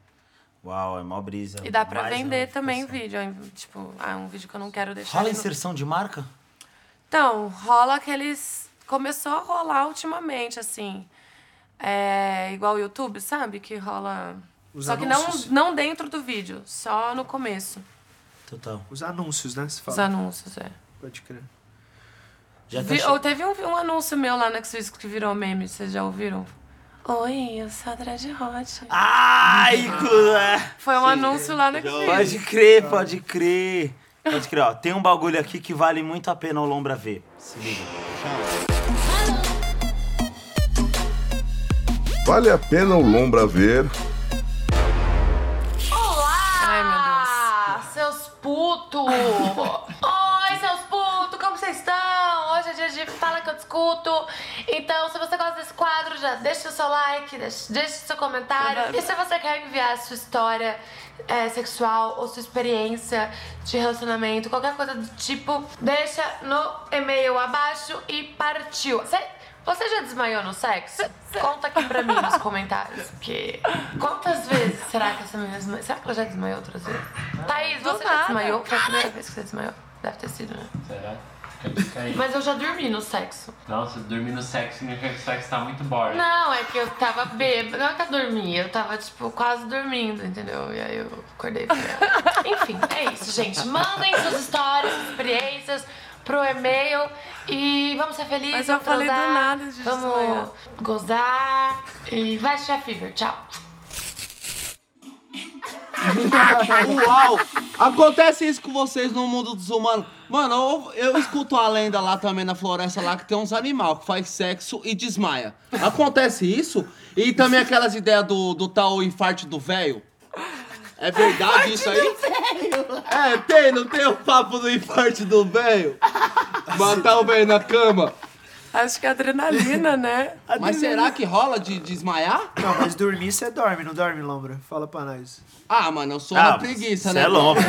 Uau, é mó brisa.
E dá pra
Mais
vender também
notificação.
vídeo. aí, Tipo, ah, um vídeo que eu não quero deixar.
Rola
ele no-
inserção de marca?
Então, rola aqueles. Começou a rolar ultimamente, assim. É igual o YouTube, sabe? Que rola.
Os
só que não,
anúncios.
não dentro do vídeo, só no começo.
Total.
Os anúncios, né? Se
Os
fala.
anúncios, é.
Pode crer.
Já tá
Vi-
che-
ou teve um, um anúncio meu lá na Xvideos que virou meme, vocês já ouviram? Oi, eu sou a Dread Hot.
Ai,
ah.
cu- é.
Foi um anúncio lá na Xvideos.
Pode crer, pode crer. Pode crer, ó. Tem um bagulho aqui que vale muito a pena o Lombra ver. Se liga.
Vale a pena o Lombra ver.
Ai, meu Deus. Seus putos! Oi, seus putos, como vocês estão? Hoje é dia de Fala Que Eu Discuto. Então, se você gosta desse quadro, já deixa o seu like, deixa, deixa o seu comentário. E se você quer enviar a sua história eh, sexual ou sua experiência de relacionamento, qualquer coisa do tipo, deixa no e-mail abaixo e partiu. Você- você já desmaiou no sexo? Conta aqui pra mim nos comentários. Porque quantas vezes será que essa menina desmaiou? Será que ela já desmaiou outras vezes? Thaís, você já desmaiou? Foi a primeira vez que você desmaiou? Deve ter sido, né?
Será? Fica aí.
Mas eu já dormi no sexo.
Nossa, dormir no sexo significa que o sexo tá muito boring.
Não, é que eu tava bêbada. Não é que eu dormi, eu tava, tipo, quase dormindo, entendeu? E aí eu acordei. e fui lá. Enfim, é isso, gente. Mandem suas histórias, experiências pro e-mail e vamos ser felizes.
Mas eu
vamos
falei do
transar,
nada de desmaiar.
Vamos gozar e vai assistir a Fever. Tchau.
Uau! Acontece isso com vocês no mundo dos humanos. Mano, eu, eu escuto a lenda lá também na floresta lá que tem uns animal que faz sexo e desmaia. Acontece isso? E também aquelas ideias do, do tal infarto do velho. É verdade isso aí? É, tem, não tem o papo do infarto do velho? Matar o velho na cama.
Acho que é adrenalina, né?
Mas será que rola de desmaiar?
Não, mas dormir você dorme, não dorme, Lombra? Fala pra nós.
Ah, mano, eu sou uma preguiça,
cê
né?
é Lombra.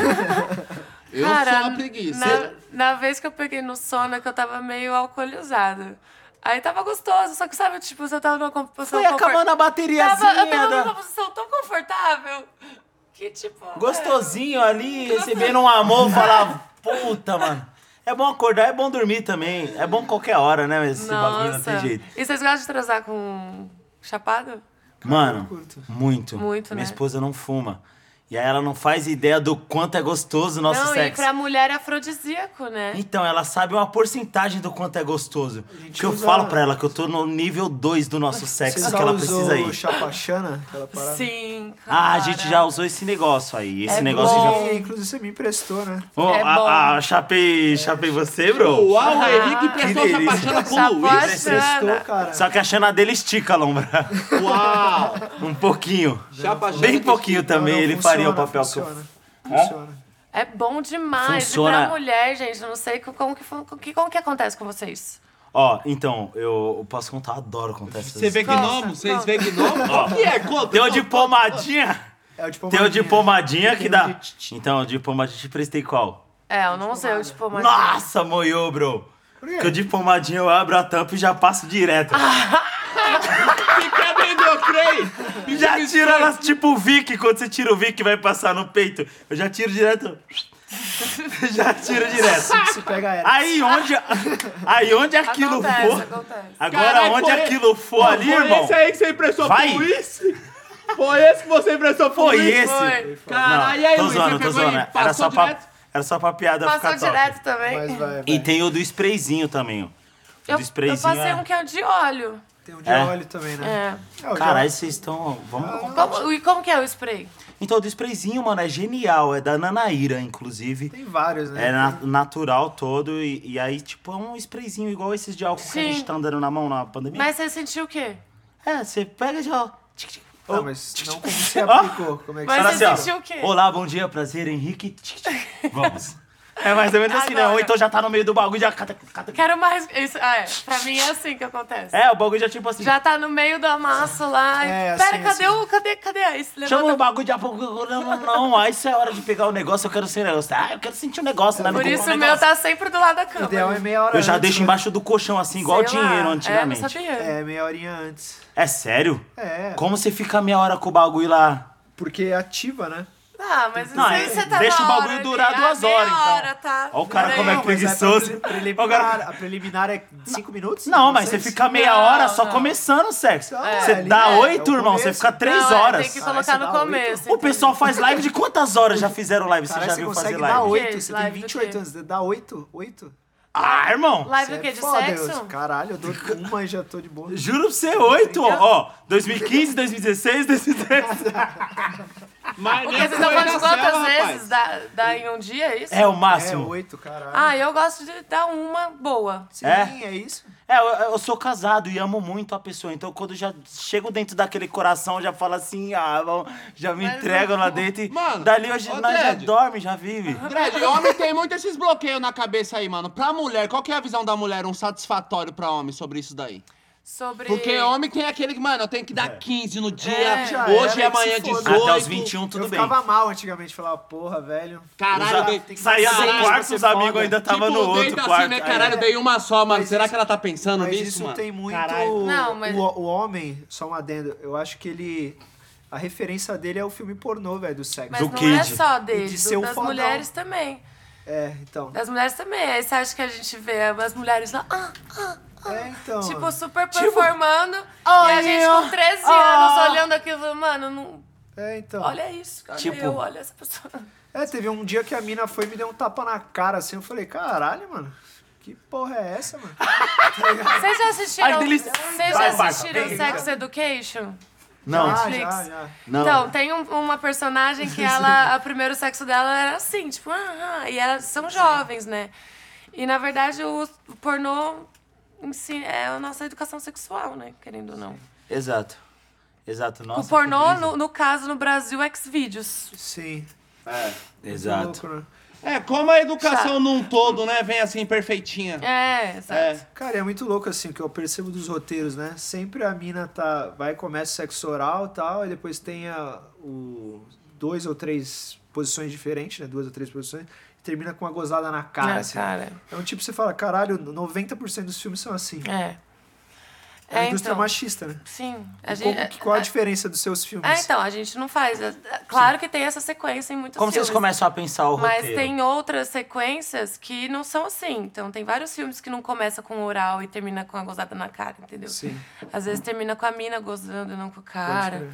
Eu sou uma preguiça.
Na, na vez que eu peguei no sono, é que eu tava meio alcoolizada. Aí tava gostoso, só que sabe, tipo, você tava numa composição...
Foi acabando a bateriazinha. né?
Tava, eu tava
da-
numa posição tão confortável que, tipo...
Gostosinho ali, recebendo um amor, falar, puta, mano. É bom acordar, é bom dormir também. É bom qualquer hora, né? Esse bagulho não tem
Nossa.
jeito.
E vocês gostam de transar com chapado?
Mano, muito.
Muito,
Minha
né?
esposa não fuma. E aí ela não faz ideia do quanto é gostoso o nosso
Não, e
sexo.
pra mulher é afrodisíaco, né?
Então, ela sabe uma porcentagem do quanto é gostoso. Que eu
usa-
falo pra ela que eu tô no nível 2 do nosso sexo, É que ela precisa ir.
chapachana, aquela parada?
Sim, cara.
Ah, a gente já usou esse negócio aí. Esse
É
negócio
bom.
já.
E, inclusive você me emprestou, né?
Ô,
É
a-
bom.
a- chapei, chapei você, bro.
Uau, o Henrique prestou
que
essa
delícia.
paixão
Tá
pro Luiz.
né?
Emprestou,
passando.
cara.
Só que a Xana dele estica a lombra.
Uau!
Um pouquinho.
Chapa
Bem
Xana.
pouquinho também,
Não, não,
ele
funciona,
faria o papel que eu-
funciona, Funciona.
É bom demais.
Funciona.
E pra mulher, gente, eu não sei co- como que, fun- co- que- como que acontece com vocês.
Ó, então, eu eu posso contar, eu adoro contar essas
Você vê gnomo? Vocês vê gnomo? O que é? Conta.
Tem um o de pomadinha?
É o de
Tem o de pomadinha que dá.
Tem o de tch-
Então, o de pomadinha te prestei qual?
É, eu não sei, eu tipo, mas.
Nossa, moiô, bro. Que o de pomadinha eu abro a tampa e já passo direto.
Ah,
Fica dentro do trem.
já tiro
é
elas tipo o Vic, quando você tira o Vic vai passar no peito. Eu já tiro direto. já tiro direto.
Se pega ela.
Aí onde, aí onde aquilo
Acontece,
for.
acontece.
Agora
Caraca,
onde
foi-
aquilo for ali,
Foi
irmão.
esse aí que você emprestou
Vai.
pro Luiz? Foi esse que você emprestou pro
Foi
Luiz?
esse.
Foi.
Não,
Caralho, Ah, e aí,
tô
Luiz?
zoando,
você
tô
pegou
zoando.
e
Era
passou
só, pra,
direto?
era só pra piada
Passou
ficar top.
direto também.
Mas vai, vai.
E tem o do sprayzinho também, ó.
eu,
do
eu
sprayzinho.
passei
é-
um que é o de óleo.
Tem um de
É.
óleo também, né?
É.
É, o de
Caralho,
óleo.
vocês estão.
Ah.
Vamos...
Como- e como que é o spray?
Então, o do sprayzinho, mano, é genial. É da Nanaíra, inclusive.
Tem vários, né?
É na- natural todo. E, e aí, tipo, é um sprayzinho igual esses de álcool que a
Sim.
gente tá andando na mão na pandemia.
Mas você sentiu o quê?
É, você pega já. ó. Tic, tic.
Não,
Ó,
mas
tic,
não
tic.
como você
Ó.
aplicou. Como é que
Mas
Oh. Fala
você...
você
assim, ó.
sentiu o quê?
Olá, bom dia, prazer, Henrique. Tic, tic. Vamos. É mais ou menos assim, né? Ou
Agora.
então já tá no meio do bagulho, já cata, cata.
Quero mais. Isso, ah, é. Pra mim é assim que acontece.
É, o bagulho já tipo assim.
Já tá no meio do amasso lá.
É,
Pera,
assim,
cadê
assim.
o. Cadê, cadê a isso? Levanta
Chama o bagulho de pouco. Não, não, não. Aí isso é hora de pegar o negócio, eu quero sentir o negócio. Ah, eu quero sentir o negócio, né? Não
Por
compro
isso
um
o meu
negócio.
tá sempre do lado da cama.
O ideal é meia hora
Eu já
antes,
deixo
né?
embaixo do colchão, assim, igual o
Sei lá.
dinheiro
É, não
antigamente.
sabia.
É, meia horinha antes.
É, sério?
É,
Como você fica meia hora com o bagulho lá?
porque ativa, né?
Ah, mas
Não,
isso aí
é-
você tá
deixa
na
o bagulho
hora
durar
ali.
duas
Ah,
horas,
meia
então.
hora, tá?
Ó o cara
Pera
como
aí.
é
Não, mas vai pra
preguiçoso.
pre- preliminar.
Agora-
A preliminar é cinco minutos?
Não,
cinco,
mas você
seis?
fica meia
Não,
hora só
não.
começando o sexo.
É,
Você
ali
dá
é,
oito,
é o
irmão, você
começo.
fica três
Não, é,
horas.
Tem que
Ah, você
colocar
dá
no
oito?
começo.
O pessoal faz live de quantas horas já fizeram live? Você
Caralho,
já
você
viu fazer
consegue dar
live?
oito? Você tem
Live do
28
quê?
anos, você dá oito? Oito?
Ah, irmão.
Live
Você
o quê? De
é foda,
sexo?
eu- Caralho, eu dou uma e já tô de boa.
Juro pra você, oito, ó. Ó, 2015, 2016, 2013.
Mas
Porque
nem
vocês estão
foi
falando
na
de quantas
cela, rapaz.
vezes dá, dá em um dia, é isso?
É o
É,
máximo.
oito, caralho.
Ah, eu gosto de dar uma boa.
Sim,
é?
é, isso.
É, eu, eu sou casado e amo muito a pessoa, então quando eu já chego dentro daquele coração, eu já falo assim, ah, bom, já me entregam lá dentro e
Mano,
dali hoje
ô,
nós já
Ted.
dorme, já vive.
Dredd, homem tem muito esses bloqueios na cabeça aí, mano. Pra mulher, qual que é a visão da mulher, um satisfatório pra homem sobre isso daí?
Sobre.
Porque
É.
homem tem aquele que, mano, eu tenho que dar 15 no dia,
É,
já
hoje
era,
e
que se
amanhã
foda.
18.
Até os 21 tudo
eu
bem.
ficava mal antigamente, falava, porra, velho.
Caralho,
Já
eu dei-
tem que
saía
caralho,
do quarto,
você
os amigos
foda.
ainda estavam
tipo,
no outro
deita
quarto.
assim, né,
aí.
caralho, eu dei uma só, mano.
Mas
Será
isso-
que ela tá pensando
Mas
nisso,
isso
mano?
tem muito.
Caralho.
Não, mas-
o, o homem, só um adendo, eu acho que ele. A referência dele é o filme pornô, velho, do sexo.
Mas
do
não é
Kid.
só dele,
E de
do-
ser um
das
fodão.
mulheres também.
É, então.
Das mulheres também. Aí você acha que a gente vê as mulheres lá, ah,
É, então.
tipo,
mano.
super performando. e a
Olha,
gente com 13 anos olhando aquilo, mano, não-
É, então.
olha isso, olha
Tipo-
eu, olha essa pessoa.
É, teve um dia que a mina foi e me deu um tapa na cara assim. Eu falei, caralho, mano. Que porra é essa, mano?
Vocês já assistiram,
Ai, delícia.
vocês
Vai,
já
vai,
assistiram
vem,
Sex Education?
Não,
Ah,
Netflix.
já, já.
não.
Então, tem um- uma personagem que ela, a primeiro sexo dela era assim, tipo, ah, ah, e elas são jovens, né? E na verdade o pornô em si é a nossa educação sexual, né? Querendo ou não.
Exato. Exato, nossa.
o pornô,
que brisa.
no, no caso no Brasil, é Xvideos.
Sim.
Exato.
Louco, né?
É, como a educação num todo, né, vem assim, perfeitinha.
É, exato.
É.
Cara, é muito louco assim, o que eu percebo dos roteiros, né? Sempre a mina tá, vai, começa o sexo oral e tal, e depois tem a, o, dois ou três posições diferentes, né? Duas ou três posições, e termina com uma gozada na cara,
Na
assim.
cara.
É um tipo, você fala, caralho, 90% dos filmes são assim.
É.
É, a
É,
indústria
então.
machista, né?
Sim. A
Como
gente,
que- qual a
é,
diferença dos seus filmes?
é, então, a gente não faz. É, é, Claro que tem essa sequência em muitos
Como vocês
filmes. né?
começam a pensar o
Mas
roteiro?
tem outras sequências que não são assim. Então, tem vários filmes que não começa com oral e termina com a gozada na cara, entendeu?
Sim.
Às vezes termina com a mina gozando e não com o cara.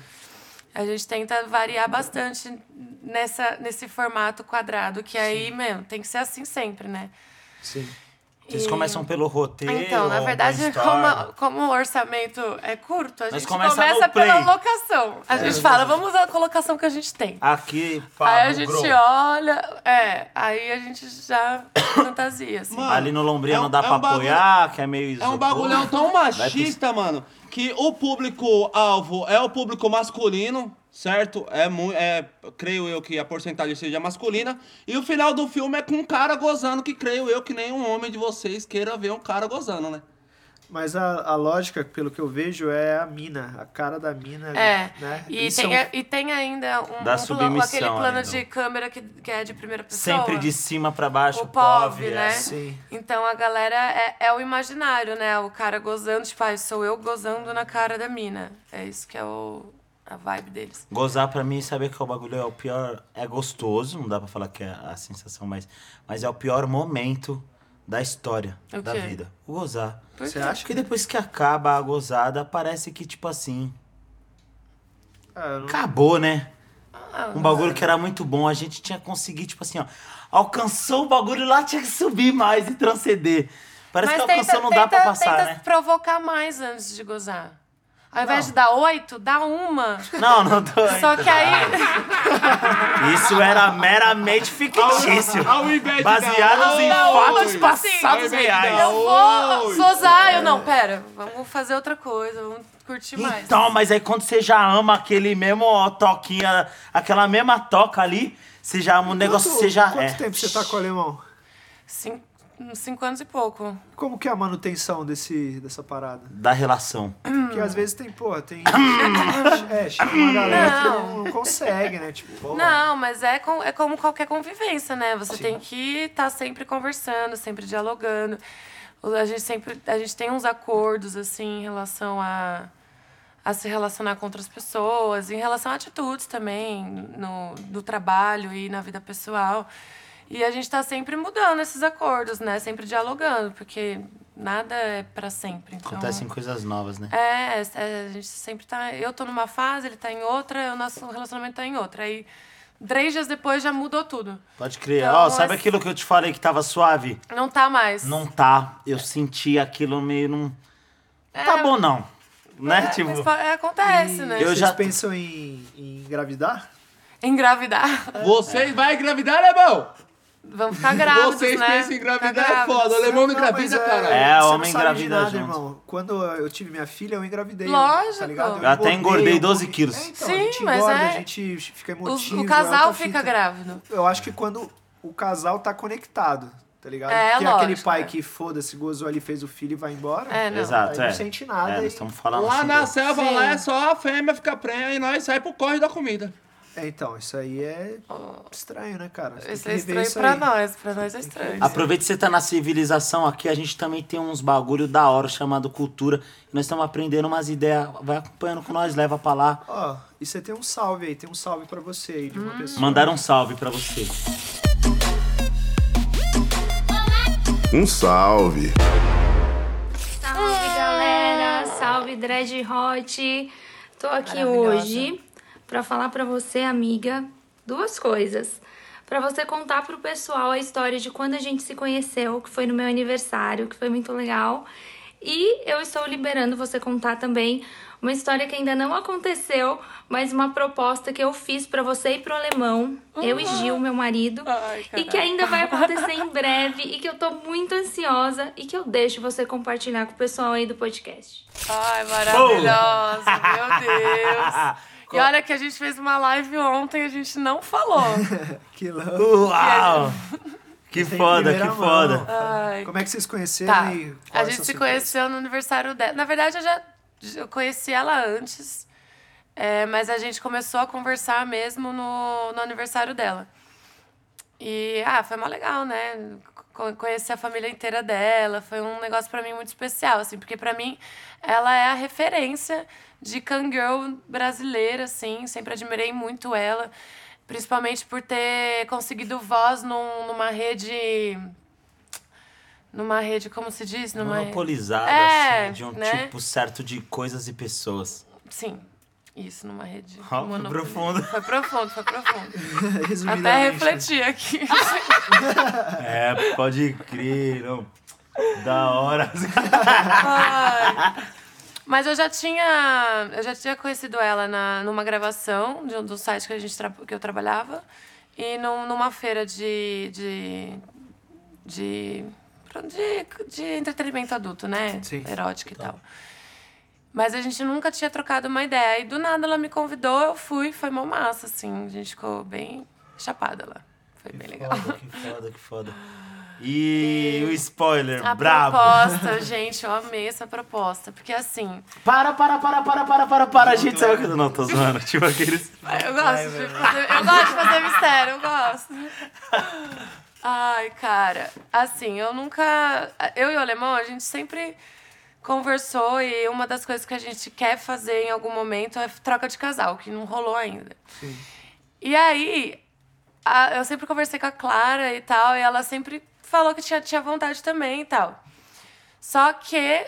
A gente tenta variar bastante nessa, nesse formato quadrado, que aí, meu, tem que ser assim sempre, né?
Sim.
Vocês
E-
começam pelo roteiro.
Então, na
ou
verdade,
brainstorm?
como, como o orçamento é curto, a
Nós
gente
começa
começa,
no
pela
play. É.
locação. A gente fala, vamos usar a colocação que a gente tem.
Aqui, pá,
Aí
no
a gente
Grow.
olha, é, aí a gente já fantasia, assim.
Mano,
Ali no Lombrino
É um-
não dá
é um
pra
bagulho-
apoiar, que é meio
É um
isopor.
bagulhão tão machista, mano, que o público-alvo é o público masculino, certo? É muito. É, creio eu que a porcentagem seja masculina. E o final do filme é com um cara gozando, que creio eu que nenhum homem de vocês queira ver um cara gozando, né?
Mas a, a lógica, pelo que eu vejo, é a mina, a cara da mina.
É,
né?
e,
Isso
tem,
é um-
e tem ainda um,
Da
um plano, aquele
submissão
plano
ainda.
de câmera que, que é de primeira pessoa.
Sempre de cima pra baixo,
O POV,
é.
né?
Sim.
Então a galera é, é o imaginário, né? O cara gozando, tipo, ah, sou eu gozando na cara da mina. É isso que é o, a vibe deles.
Gozar pra mim, saber que o bagulho é o pior. É gostoso, não dá pra falar que é a sensação, mas, mas é o pior momento da história,
O
da
quê?
vida. O gozar.
Por
Você
quê?
acha?
Porque depois que acaba a gozada, parece que, tipo assim,
Ah, eu não-
acabou, né?
Ah,
Um bagulho que era muito bom, a gente tinha conseguido, tipo assim, ó. Alcançou o bagulho lá, tinha que subir mais e transcender. Parece que alcançou, não dá pra passar,
tenta
né?
provocar mais antes de gozar. Ao invés de dar oito, dá uma.
Não, não tô.
Só que aí.
Isso era meramente fictício.
Ao invés de dar
Baseados em
oito.
fatos
Ao
é
passados
invés de dar
reais.
tipo assim, Eu vou
Oi.
gozar, eu não, pera, vamos fazer outra coisa, vamos curtir mais.
Então, mas aí quando você já ama aquele mesmo ó, toquinha, aquela mesma toca ali, você já ama um negócio,
Quanto-
você já
Quanto
é.
tempo você tá com o alemão?
Cinco, uns cinco anos e pouco.
Como que é a manutenção desse, dessa parada?
Da relação.
Então. Hum.
Porque às vezes tem, porra, tem. é, chega uma galera que não, não consegue, né? Tipo, pô,
Não, mas é, com, é como qualquer convivência, né? Você tem que estar sempre conversando, sempre dialogando. O- A gente sempre a gente tem uns acordos, assim, em relação a, a se relacionar com outras pessoas, em relação a atitudes também, no, no trabalho e na vida pessoal. E a gente está sempre mudando esses acordos, né? Sempre dialogando, porque nada é para sempre. Então,
Acontecem coisas novas, né?
é, é, a gente sempre tá. Eu tô numa fase, ele tá em outra, o nosso relacionamento tá em outra. Aí, três dias depois já mudou tudo.
Pode crer.
Então,
Ó, sabe
assim-
aquilo que eu te falei que tava suave?
Não tá mais.
Não tá. Eu senti aquilo meio. Não... Tá bom, não. Né?
É,
tipo.
mas pa- é, acontece, né?
eu
vocês
já-
pensam em, em engravidar?
Engravidar.
Vocês vai engravidar, alemão!
Vamos ficar grávidos,
Vocês
né?
pensam em engravidar, é
Ficar
foda. O
grávidos.
alemão não
Não, mas
engravida, caralho.
É,
você não
homem
sabe de
engravida
nada,
junto.
irmão. Quando eu tive minha filha, eu engravidei.
Lógico.
Tá ligado?
Eu até engordei 12
eu-
quilos.
É, então, a
Sim,
gente
mas
engorda,
é-
a gente fica
Os-
emotivo.
O
é
casal
outra
fica
fita.
grávido.
Eu acho que quando o casal tá conectado, tá ligado?
É,
Porque aquele
lógico,
pai
é.
que foda-se, gozou ali, fez o filho e vai embora.
É, não.
Exato,
Aí
é.
não sente nada,
É,
hein?
nós estamos falando
Lá
assim,
na
do-
selva,
Sim.
lá é só a fêmea fica prenha e nós sai pro corre da comida.
É, então, isso aí é estranho, né, cara? Você tem
Isso
que
é
rever
estranho
isso
pra
aí.
nós. Pra nós é estranho.
Aproveita que você tá na civilização aqui, a gente também tem uns bagulho da hora chamado cultura. Nós estamos aprendendo umas ideias. Vai acompanhando com nós, leva pra lá.
Ó, e você tem um salve aí, tem um salve pra você aí de uma
Hum.
pessoa.
Mandaram um salve pra você.
Um salve.
Salve galera, salve Dread Hot. Tô aqui
Maravilhosa.
hoje pra falar pra você, amiga, duas coisas. Pra você contar pro pessoal a história de quando a gente se conheceu, que foi no meu aniversário, que foi muito legal. E eu estou liberando você contar também uma história que ainda não aconteceu, mas uma proposta que eu fiz pra você e pro alemão, eu e Gil, meu marido,
Ai,
e que
caraca.
ainda vai acontecer em breve e que eu tô muito ansiosa e que eu deixo você compartilhar com o pessoal aí do podcast.
Ai, maravilhosa, meu Deus. E olha que a gente fez uma live ontem e a gente não falou.
Que louco.
Uau! Uh, Que foda,
primeira
que
mão.
foda.
Ai,
Como é que vocês conheceram
Tá.
e qual é
A
essa
gente se
surpresa?
conheceu no aniversário dela. Na verdade, eu já eu conheci ela antes, é, mas a gente começou a conversar mesmo no, no aniversário dela. E, ah, foi mó legal, né? Co- Conhecer a família inteira dela foi um negócio pra mim muito especial, assim, porque pra mim ela é a referência de Kangirl brasileira, assim, sempre admirei muito ela, principalmente por ter conseguido voz num- numa rede. Numa rede, como se diz? Numa
Monopolizada,
É,
assim, de um
né?
tipo certo de coisas e pessoas.
Sim. Isso, numa rede.
Ó, foi
monopoli-
profundo.
Foi profundo, foi profundo.
Resumidamente.
Até
né?
refletir aqui.
É, pode crer, não. Da hora.
Ai. Mas eu já tinha, eu já tinha conhecido ela na, numa gravação de um- do site que, a gente tra- que eu trabalhava e num- numa feira de de, de, de de entretenimento adulto, né?
Sim.
Erótico e tal. Mas a gente nunca tinha trocado uma ideia. E do nada ela me convidou, eu fui, foi mó massa, assim. A gente ficou bem chapada lá. Foi bem legal.
Foda, que foda, que foda. E o spoiler,
A
brabo.
proposta, gente, eu amei essa proposta. Porque assim,
Para, para, para, para, para, para, para. A gente sabe que não tô zoando. Tipo aqueles.
Eu gosto, de fazer, eu gosto de fazer mistério, eu gosto. Ai, cara, assim, eu nunca. Eu e o alemão, a gente sempre conversou e uma das coisas que a gente quer fazer em algum momento é troca de casal, que não rolou ainda. E aí, a- eu sempre conversei com a Clara e tal, e ela sempre falou que tinha, tinha vontade também e tal. Só que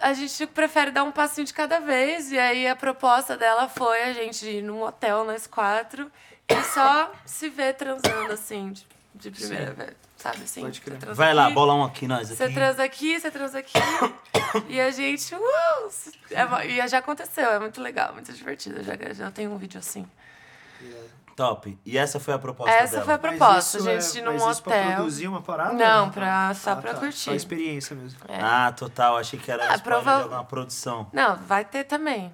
a gente prefere dar um passinho de cada vez. E aí a proposta dela foi a gente ir num hotel nós quatro e só se ver transando assim, de, de primeira vez. Sabe assim?
Pode crer.
você transa
Vai lá,
aqui,
bola um aqui, nós
Você
aqui.
transa aqui, você transa aqui. e a gente. Uh, é mo- e já aconteceu, é muito legal, muito divertido. Eu já, já tenho um vídeo assim.
Top. E essa foi a proposta
Essa
dela.
foi a
Mas
proposta,
isso
gente,
é-
ir num
mas isso Pra
hotel.
produzir uma parada? tá. Ah,
Não, pra- só pra curtir.
Só experiência mesmo.
Ah, total. Achei que era
É.
um
Ah,
spoiler
prova-
de alguma
um
produção.
Não, vai ter também.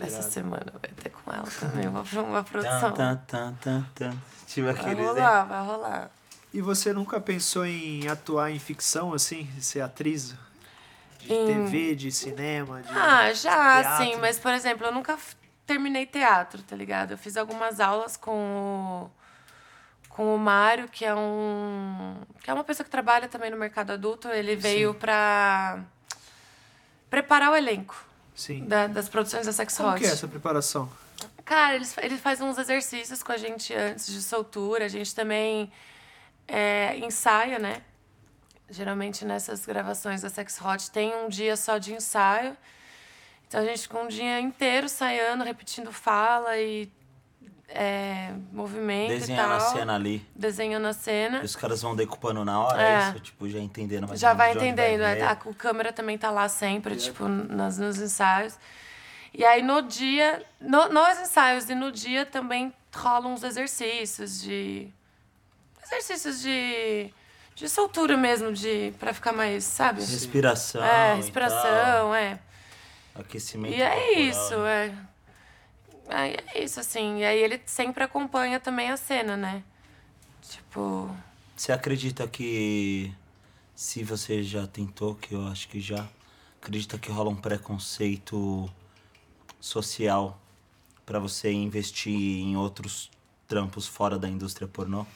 Essa semana vai ter com ela também, uma,
Tan,
uma produção.
tan, tan, tan, tan. Tipo
Vai
aqueles, né?
rolar, vai rolar.
E você nunca pensou em atuar em ficção, assim? Ser atriz? De
Em-
TV, de cinema, de...
Ah, já,
Né? Tipo, teatro.
sim. Mas, por exemplo, eu nunca f- terminei teatro, tá ligado? Eu fiz algumas aulas com o, com o Mário, que é um. que é uma pessoa que trabalha também no mercado adulto. Ele veio pra preparar o elenco
Sim.
da- das produções da Sex
Como
Hot.
que é essa preparação?
Cara, eles, eles fazem uns exercícios com a gente antes de soltura. A gente também é, ensaia, né? Geralmente nessas gravações da Sex Hot tem um dia só de ensaio. Então a gente fica um dia inteiro ensaiando, repetindo fala e é, movimento
Desenhando
e
a
tal.
cena ali.
Desenhando a cena.
E os caras vão decupando na hora,
É.
é isso? Tipo, já entendendo mais
Já
ou menos
vai
de é onde
entendendo.
vai
é,
ver.
a, cu- câmera também tá lá sempre, tipo, nas, nos ensaios. E aí no dia. No, nos ensaios e no dia também rolam uns exercícios de. Exercícios de. De soltura mesmo, de. para ficar mais, sabe?
Respiração.
é,
e
respiração, é.
tal, aquecimento.
E é
corporal.
isso, é. Aí é isso, assim. E aí ele sempre acompanha também a cena, né? Tipo.
Você acredita que se você já tentou, que eu acho que já, acredita que rola um preconceito social pra você investir em outros trampos fora da indústria pornô?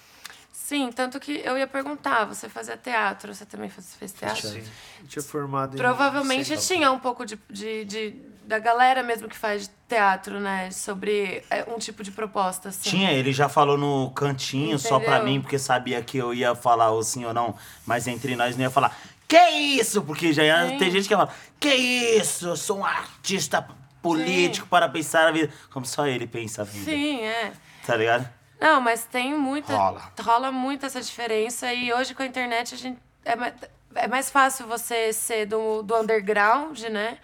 Sim, tanto que eu ia perguntar, você fazia teatro, você também fez, fez teatro?
Sim. Tinha formado em...
Provavelmente tinha um pouco de, de, de- da galera mesmo que faz teatro, né? Sobre é, um tipo de proposta, assim.
Tinha, ele já falou no cantinho só pra
Entendeu?
mim, porque sabia que eu ia falar o sim ou não, mas entre nós não ia falar. Que isso? Porque já ia,
Sim.
tem gente que ia falar, que isso? Eu sou um artista político para pensar a vida. Como só ele pensa a vida.
Sim, é.
Tá ligado?
Não, mas tem muita.
Rola.
rola muito essa diferença. E hoje com a internet a gente. É mais, é mais fácil você ser do, do underground, né?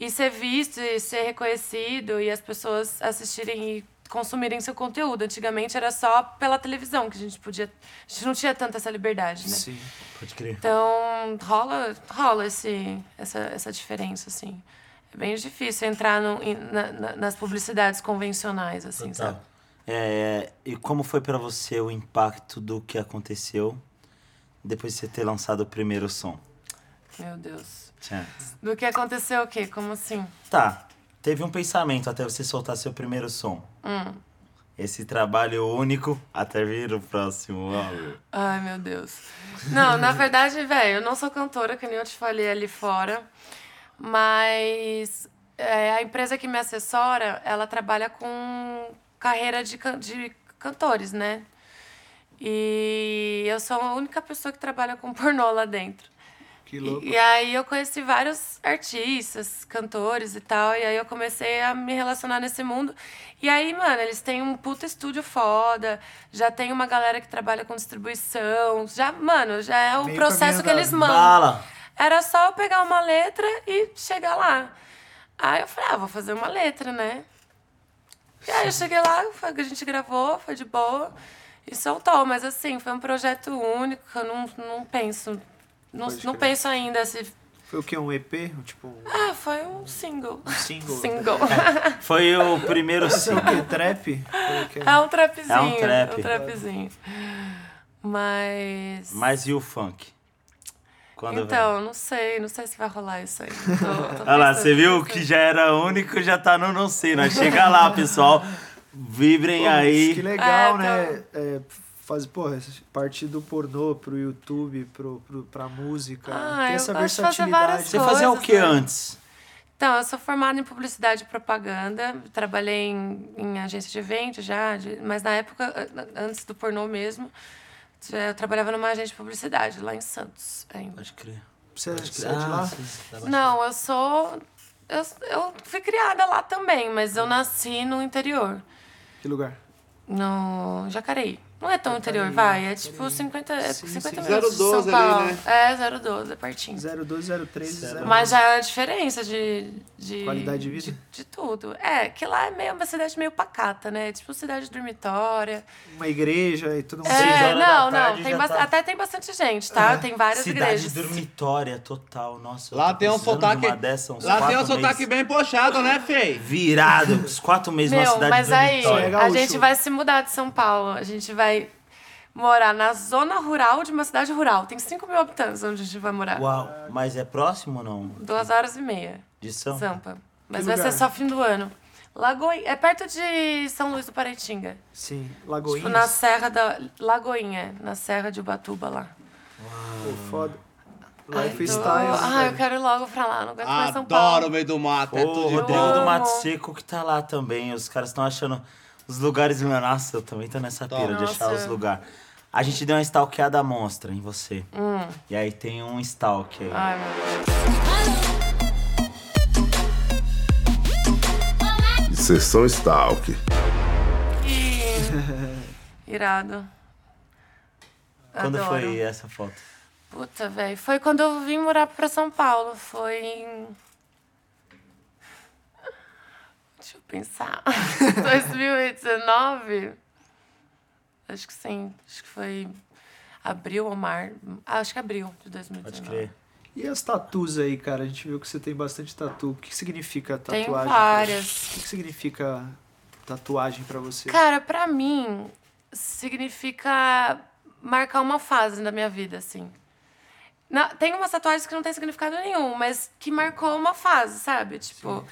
E ser visto e ser reconhecido e as pessoas assistirem e consumirem seu conteúdo. Antigamente era só pela televisão que a gente podia. A gente não tinha tanta essa liberdade, né?
Sim.
Pode crer.
Então, rola, rola esse, essa, essa diferença, assim. É bem difícil entrar no- em- na- na- nas publicidades convencionais, assim,
Tá.
sabe?
É, e como foi pra você o impacto do que aconteceu depois de você ter lançado o primeiro som?
Meu Deus.
Tchan.
Do que aconteceu o quê? Como assim?
Tá, teve um pensamento até você soltar seu primeiro som. Esse trabalho único até vir o próximo álbum.
Ai, meu Deus. Não, na verdade, velho, eu não sou cantora, que nem eu te falei ali fora. Mas é, a empresa que me assessora, ela trabalha com carreira de, can- de cantores, né? E eu sou a única pessoa que trabalha com pornô lá dentro.
Que louco.
E aí eu conheci vários artistas, cantores e tal. E aí eu comecei a me relacionar nesse mundo. E aí, mano, eles têm um puta estúdio foda. Já tem uma galera que trabalha com distribuição. Já, mano, já é o
Meio
processo
caminho
que eles
andado.
mandam.
Bala.
Era só eu pegar uma letra e chegar lá. Aí eu falei, ah, vou fazer uma letra, né? E aí eu cheguei lá, foi o que a gente gravou, foi de boa e soltou. Mas assim, foi um projeto único, eu não, não penso. Não,
Pode
não
crer.
penso ainda se.
Foi o quê? Um EP? Um, Tipo, um
Ah, foi um single.
single?
Single.
Foi o primeiro
Isso é o
single.
quê? Trap? Foi o quê?
É um trapzinho.
É um trap.
trapzinho. Mas.
Mas e o funk? Quando
então, não sei, não sei se vai rolar isso aí. Tô- tô
Olha lá,
pensando
você viu
nisso.
que já era único, já tá no não sei. Nós chega lá, pessoal. Vibrem
Que
aí.
legal,
É,
né? É, fazer, porra, partir do pornô pro YouTube, pro, pro, pra música.
Ah,
Tem
eu gosto de
essa
fazer
versatilidade.
várias
Você fazia o
coisas,
que
né?
antes?
Então, eu sou formada em publicidade e propaganda. Trabalhei em, em agência de evento já, de- mas na época, a- a- antes do pornô mesmo, já- eu trabalhava numa agência de publicidade lá em Santos ainda.
Pode crer.
Você, você é de lá?
Ah.
Não, eu sou. Eu, eu fui criada lá também, mas eu nasci no interior,
Que lugar?
no Jacareí. Não é tão interior, vai. É tipo 50, é
Sim,
50
sim.
minutos de São
012 ali,
Paulo.
né?
É, 012, é pertinho.
0203 e
Mas já é a diferença de, de.
Qualidade de vida?
De, de tudo. É, que lá é meio uma cidade meio pacata, né? Tipo cidade dormitória.
Uma igreja e tudo mais.
Seis
É,
horas da
não, não.
tarde
Tem
já
bast-
tá- É.
Até tem bastante gente, tá? Tem várias
Cidade
igrejas.
dormitória total, nossa. eu
Lá
tô
tem um
precisando de
sotaque.
uma dessa, uns
lá tem um
quatro
sotaque
meses.
bem puxado, né, Fei?
Virado, uns quatro meses na
Meu,
cidade
mas aí,
dormitória.
Isso é
a
gaúcho.
gente vai se mudar de São Paulo. A gente vai morar na zona rural de uma cidade rural. Tem 5 mil habitantes onde a gente vai morar.
Uau, mas é próximo ou não?
Duas horas e meia.
De São?
Zampa. Mas
Que
vai
lugar?
ser só fim do ano. Lagoinha. É perto de São Luís do Paraitinga.
Sim,
Tipo, na
Lagoinhas.
Serra da Lagoinha, na Serra de Ubatuba lá.
Pô, foda.
Ai,
Life
tô-
Styles.
né?
Ai, Ah, eu quero ir logo pra lá, não aguento mais São
Adoro o
Paulo.
meio do mato, é
o
tudo de
Rodrigo
bom.
do
bom.
Mato Seco que tá lá também. Os caras estão achando os lugares. meu, Nossa, eu também tô nessa pira de achar
Nossa.
os lugares. A gente deu uma stalkeada monstra em você.
Hum.
E aí tem um stalk aí.
Ai, meu Deus.
Sessão Stalk.
E... Irado.
Quando
Adoro.
foi essa foto?
Puta, velho. Foi quando eu vim morar pra São Paulo. Foi em. Deixa eu pensar. 2019? Acho que sim. Acho que foi abril ou março. Acho que abril de 2019.
Pode crer.
E as tatus aí, cara? A gente viu que você tem bastante tatu. O que significa
Tem
tatuagem? pra-
várias.
O que significa tatuagem pra você?
Cara, pra mim, significa marcar uma fase da minha vida, assim. Na- tem umas tatuagens que não tem significado nenhum, mas que marcou uma fase, sabe? Tipo.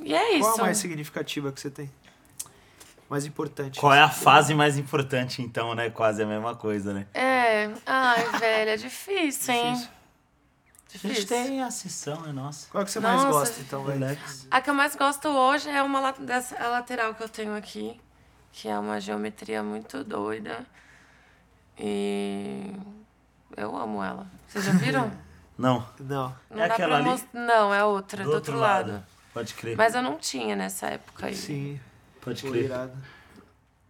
E é isso.
Qual a mais significativa que você tem? Mais importante.
Qual é a fase mais importante, então, né? Quase a mesma coisa, né?
É. Ai, velho, é difícil, hein?
Difícil.
A gente
Difícil.
tem a sessão, é nossa.
Qual que você mais
Nossa,
gosta, então, velho?
Relax.
A que eu mais gosto hoje é uma la- dessa, a lateral que eu tenho aqui, que é uma geometria muito doida. E. Eu amo ela. Vocês já viram?
Não.
Não.
Não
É
dá
aquela
pra
ali?
mostrar. Não, é outra, do, outro lado.
Pode crer.
Mas eu não tinha nessa época aí.
Sim,
Pode
pô,
crer.
irado.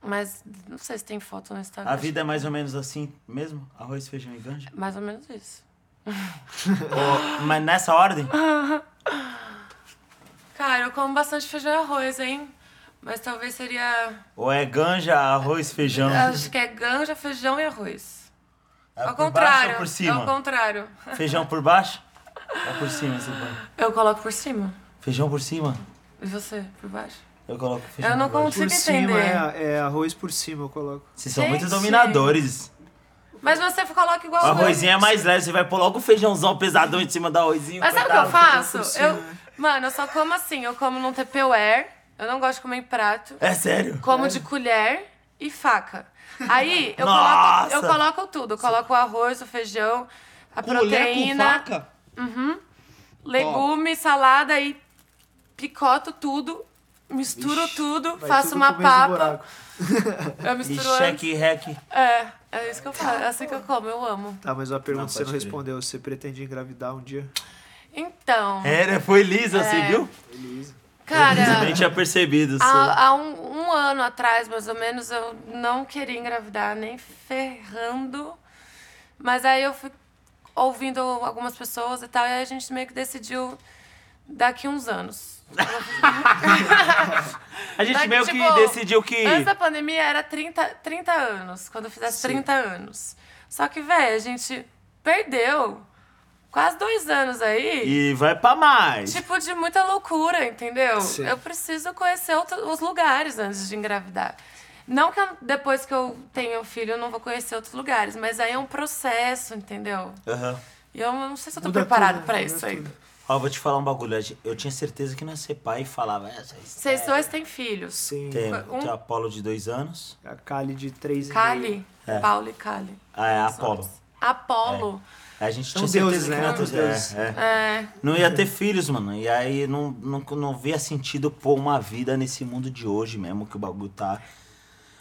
Mas não sei se tem foto no Instagram.
A vida é mais ou menos assim mesmo? Arroz, feijão e ganja?
Mais ou menos isso. Ah.
Ou- mas nessa ordem?
Cara, eu como bastante feijão e arroz, hein? Mas talvez seria.
Ou é ganja, arroz, feijão?
Acho que é ganja, feijão e arroz.
É
Ao
por
contrário.
Baixo ou por
Ao
cima?
contrário.
Feijão por baixo? Ou por cima você põe?
Eu coloco por cima.
Feijão por cima?
E você, por baixo?
Eu coloco feijão
Eu não
por baixo.
consigo
Por cima,
entender.
é, é arroz por cima, eu coloco.
Vocês são muito
Gente.
dominadores.
Mas você coloca igual
O
eu.
arrozinho é mais leve, você vai pôr logo o feijãozão pesadão em cima do arrozinho.
Mas sabe o que eu
coitado.
faço? Eu, mano, eu só como assim. Eu como num Tupperware. Eu não gosto de comer em prato.
É sério?
Como
Né?
de colher e faca. Aí eu
Nossa!
coloco, eu coloco tudo. Eu coloco o arroz, o feijão, a
Colher com
proteína,
faca?
legume, salada e picoto tudo misturo
Ixi,
tudo,
vai
faço
tudo
uma
pro mesmo
papa.
buraco.
Eu
E
misturo antes.
cheque rec.
É, é isso que eu faço. É assim que eu como, eu amo.
Tá, mas uma pergunta que você
pode
não
crer.
respondeu. Você pretende engravidar um dia?
Então,
Era, É, né? foi lisa, você
É.
viu? Eu nem
cara,
tinha percebido. só.
há, há um, um ano atrás, mais ou menos, eu não queria engravidar, nem ferrando. Mas aí eu fui ouvindo algumas pessoas e tal, e aí a gente meio que decidiu daqui uns anos.
A gente
Mas,
meio que
tipo,
decidiu que.
Antes da pandemia era 30, 30 anos, quando eu fizesse 30 anos. Só que, velho, a gente perdeu quase dois anos aí.
E vai pra mais.
Tipo, de muita loucura, entendeu?
Sim.
Eu preciso conhecer outro- os lugares antes de engravidar. Não que eu- depois que eu tenho filho eu não vou conhecer outros lugares, mas aí é um processo, entendeu?
Aham.
E eu não sei se eu tô
Muda
preparado
tudo,
pra
muda
isso
tudo.
ainda.
Ó, vou te falar um bagulho. a gente- Eu tinha certeza que não ia ser pai e falava. "É,
Vocês dois têm filhos.
Sim.
Tem,
Um-
tem a Apolo de dois anos.
A Kali de três e meio.
Kali,
É.
Paulo e Kali.
Ah, é, Apolo.
Apolo.
A gente
São
tinha
deuses,
certeza que
né?
não ia ter-
Os deuses.
é, é.
É.
Não ia ter filhos, mano. E aí não, não, não via sentido pôr uma vida nesse mundo de hoje mesmo, que o bagulho tá.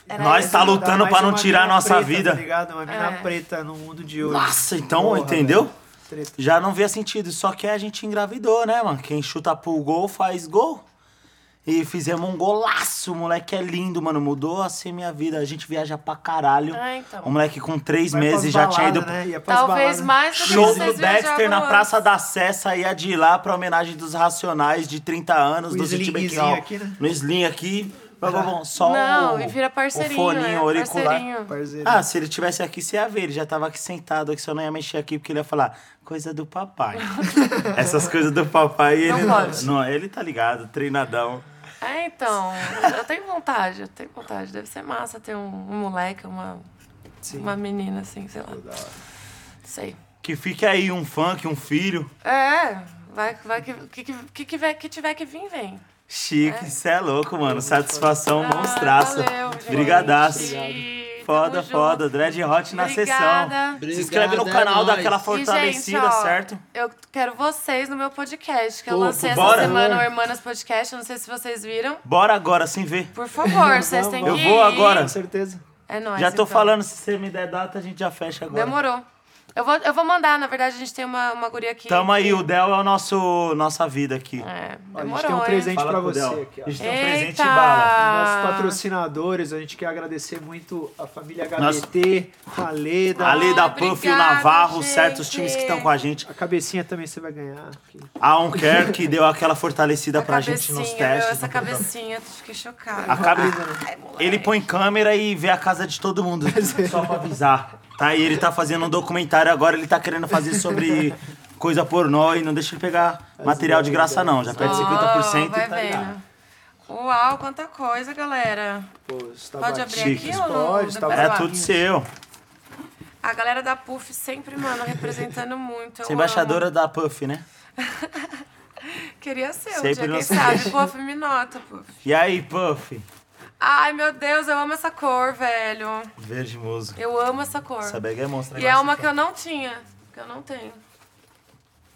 Era
Nós
isso.
tá lutando
Ainda
pra
mais
não
uma
tirar a
mina
nossa
preta,
vida.
Tá ligado? Uma mina
É.
preta no mundo de hoje. né?
Nossa, então, entendeu?
velho. Treta.
Já não via sentido. Só que a gente engravidou, né, mano? Quem chuta pro gol faz gol. E fizemos um golaço, o moleque é lindo, mano. Mudou assim minha vida. A gente viaja pra caralho.
É, então.
O moleque com três
Vai
meses
pras
já tinha
baladas,
ido
Né? Ia pras
Talvez
baladas.
mais do que
Show do
vocês viajavam
Dexter na
antes.
Praça da Cessa ia de lá pra homenagem dos Racionais de 30 anos,
O
do City Bank
slingzinho
Hall.
aqui, né?
No Slim aqui. Blá, blá, blá, só
Não,
o,
e vira
o
parceirinho.
foninho
é,
auricular.
parceirinho.
Parceiro.
Ah, se ele tivesse aqui, você ia ver. Ele já tava aqui sentado, que você não ia mexer aqui, porque ele ia falar, coisa do papai. Essas coisas do papai, ele
Não pode.
não, ele tá ligado, treinadão.
É, então, eu tenho vontade, eu tenho vontade. Deve ser massa ter um, um moleque, uma, uma menina, assim, sei lá. Sei.
Que fique aí um funk, um filho.
É, vai, vai que, que, que, que, tiver- que tiver que vir, vem.
Chique, você é. louco, mano. Satisfação, monstraço.
Ah, valeu, gente.
Brigadaço.
Obrigado.
Foda,
Tamo junto.
foda. Dread Hot na sessão.
Obrigada.
Se inscreve
é
no canal, dá aquela fortalecida,
e, gente, ó,
certo?
Eu quero vocês no meu podcast, que eu
Pô,
lancei
bora.
essa semana o Hermanas Podcast. eu Não sei se vocês viram.
Bora agora, sem ver.
Por favor, vocês têm que
Eu vou
ir.
agora.
Com certeza.
É nóis.
Já tô
então.
falando, se você me der data, a gente já fecha agora.
Demorou. Eu vou, eu vou mandar, na verdade, a gente tem uma, uma guria aqui.
Tamo aí, o Del é o nosso nossa vida aqui.
É,
Ó, a
demorou,
gente tem um
hein?
presente pra
com o
você
Del.
aqui, ó.
A gente tem um presente
Eita!
bala.
Ah.
Nossos patrocinadores, a gente quer agradecer muito a família HBT, a Leda.
Ali da
Obrigada,
Puff, o Navarro,
gente.
certo? Os times que estão com a gente.
A cabecinha também você vai ganhar.
A Onker, que deu aquela fortalecida
A
pra gente nos
cabecinha, meu,
testes. né,
essa cabecinha, fiquei chocada.
A cabe-
Ai, moleque.
Ele põe câmera e vê a casa de todo mundo, só pra avisar. Tá, e ele tá fazendo um documentário agora, ele tá querendo fazer sobre coisa pornó e não deixa ele é pegar material de graça não, já perde 50%
Ó, Oh, vai
e tá ligado.
vendo. Uau, quanta coisa, galera.
Pô, os
Pode
tabatinhos.
abrir aqui
Chiques.
ou não?
Pode,
Depois
tá
eu
bom.
É
abro.
tudo seu.
A galera da Puff sempre, mano, representando muito. eu
Você é embaixadora da Puff, né?
amo. Queria ser, um
Sempre
dia, quem
nos
sabe. Puff, me nota, Puff.
E aí, Puff?
Ai, meu Deus, eu amo essa cor, velho.
Verde música.
Eu amo essa cor.
Essa bag é monstra.
E é uma que eu não tinha, que eu não tenho.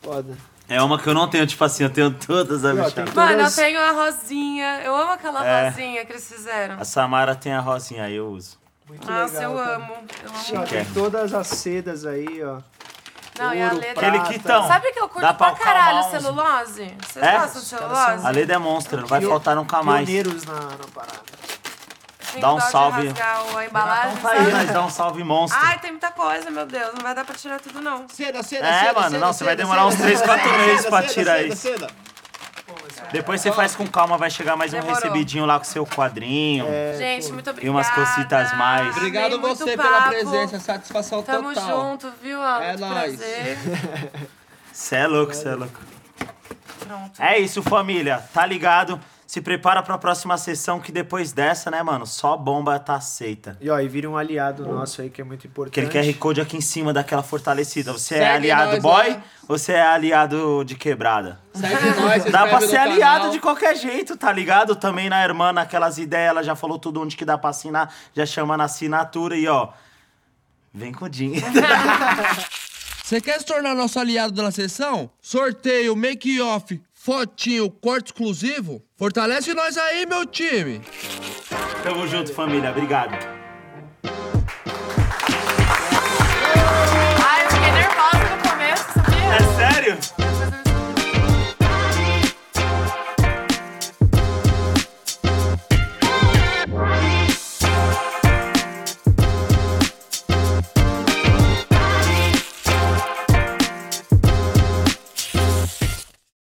Foda.
É uma que eu não tenho, tipo assim, eu tenho todas as
Ó,
bichas.
tem
Mano, eu
todas-
tenho a rosinha. Eu amo aquela
É.
rosinha que eles fizeram.
A Samara tem a rosinha aí, eu uso.
Muito
Nossa,
legal,
eu
cara.
amo. Eu amo.
Ó,
Chique, é.
tem todas as sedas aí, ó.
Não, e a
Ouro,
letra.
Aquele
Prata.
quitão.
Sabe que eu curto
Dá
pra,
pra
caralho
acalmar uns-
celulose? Vocês
É?
gostam de
caras
celulose?
A Leda é monstra, não vai
Pio-
faltar nunca mais.
Pioneiros na, na parada.
Tem
dá um
dó de
salve.
rasgar o- a embalagem,
Tá aí,
sabe?
nós dá um salve monstro.
Ai, tem muita coisa, meu Deus. Não vai dar pra tirar tudo, não.
Seda, seda,
É,
seda,
mano,
seda,
não, você
seda,
vai demorar uns
seda,
três,
seda,
quatro
seda,
meses pra
seda,
tirar
seda,
isso.
seda.
Depois você faz com calma, vai chegar mais um
Demorou. É.
recebidinho lá com seu quadrinho.
Gente, muito obrigada.
É, E umas cositas mais.
Amei
Obrigado
muito
você pela
papo.
presença, satisfação
Tamo
total.
junto, viu? Alto?
É nóis.
Prazer.
Cê é louco, cê é louco.
Pronto.
É isso, família. Tá ligado? Se prepara pra próxima sessão que depois dessa, né, mano? Só bomba tá aceita.
E ó, e vira um aliado nosso aí que é muito importante.
Aquele QR Code aqui em cima daquela fortalecida. Você é
Segue
aliado
nós
boy
lá.
ou você é aliado de quebrada?
Segue nós, se
Dá pra
inscreve
ser
no
aliado
canal.
de qualquer jeito, tá ligado? Também na irmã, naquelas ideias, ela já falou tudo onde que dá pra assinar, já chama na assinatura e ó. Vem com o Jim.
Você quer se tornar nosso aliado na sessão? Sorteio, make-off, fotinho, corte exclusivo? Fortalece nós aí, meu time!
Tamo junto, família. Obrigado.
Ai, eu fiquei nervosa no começo, sabia?
É sério?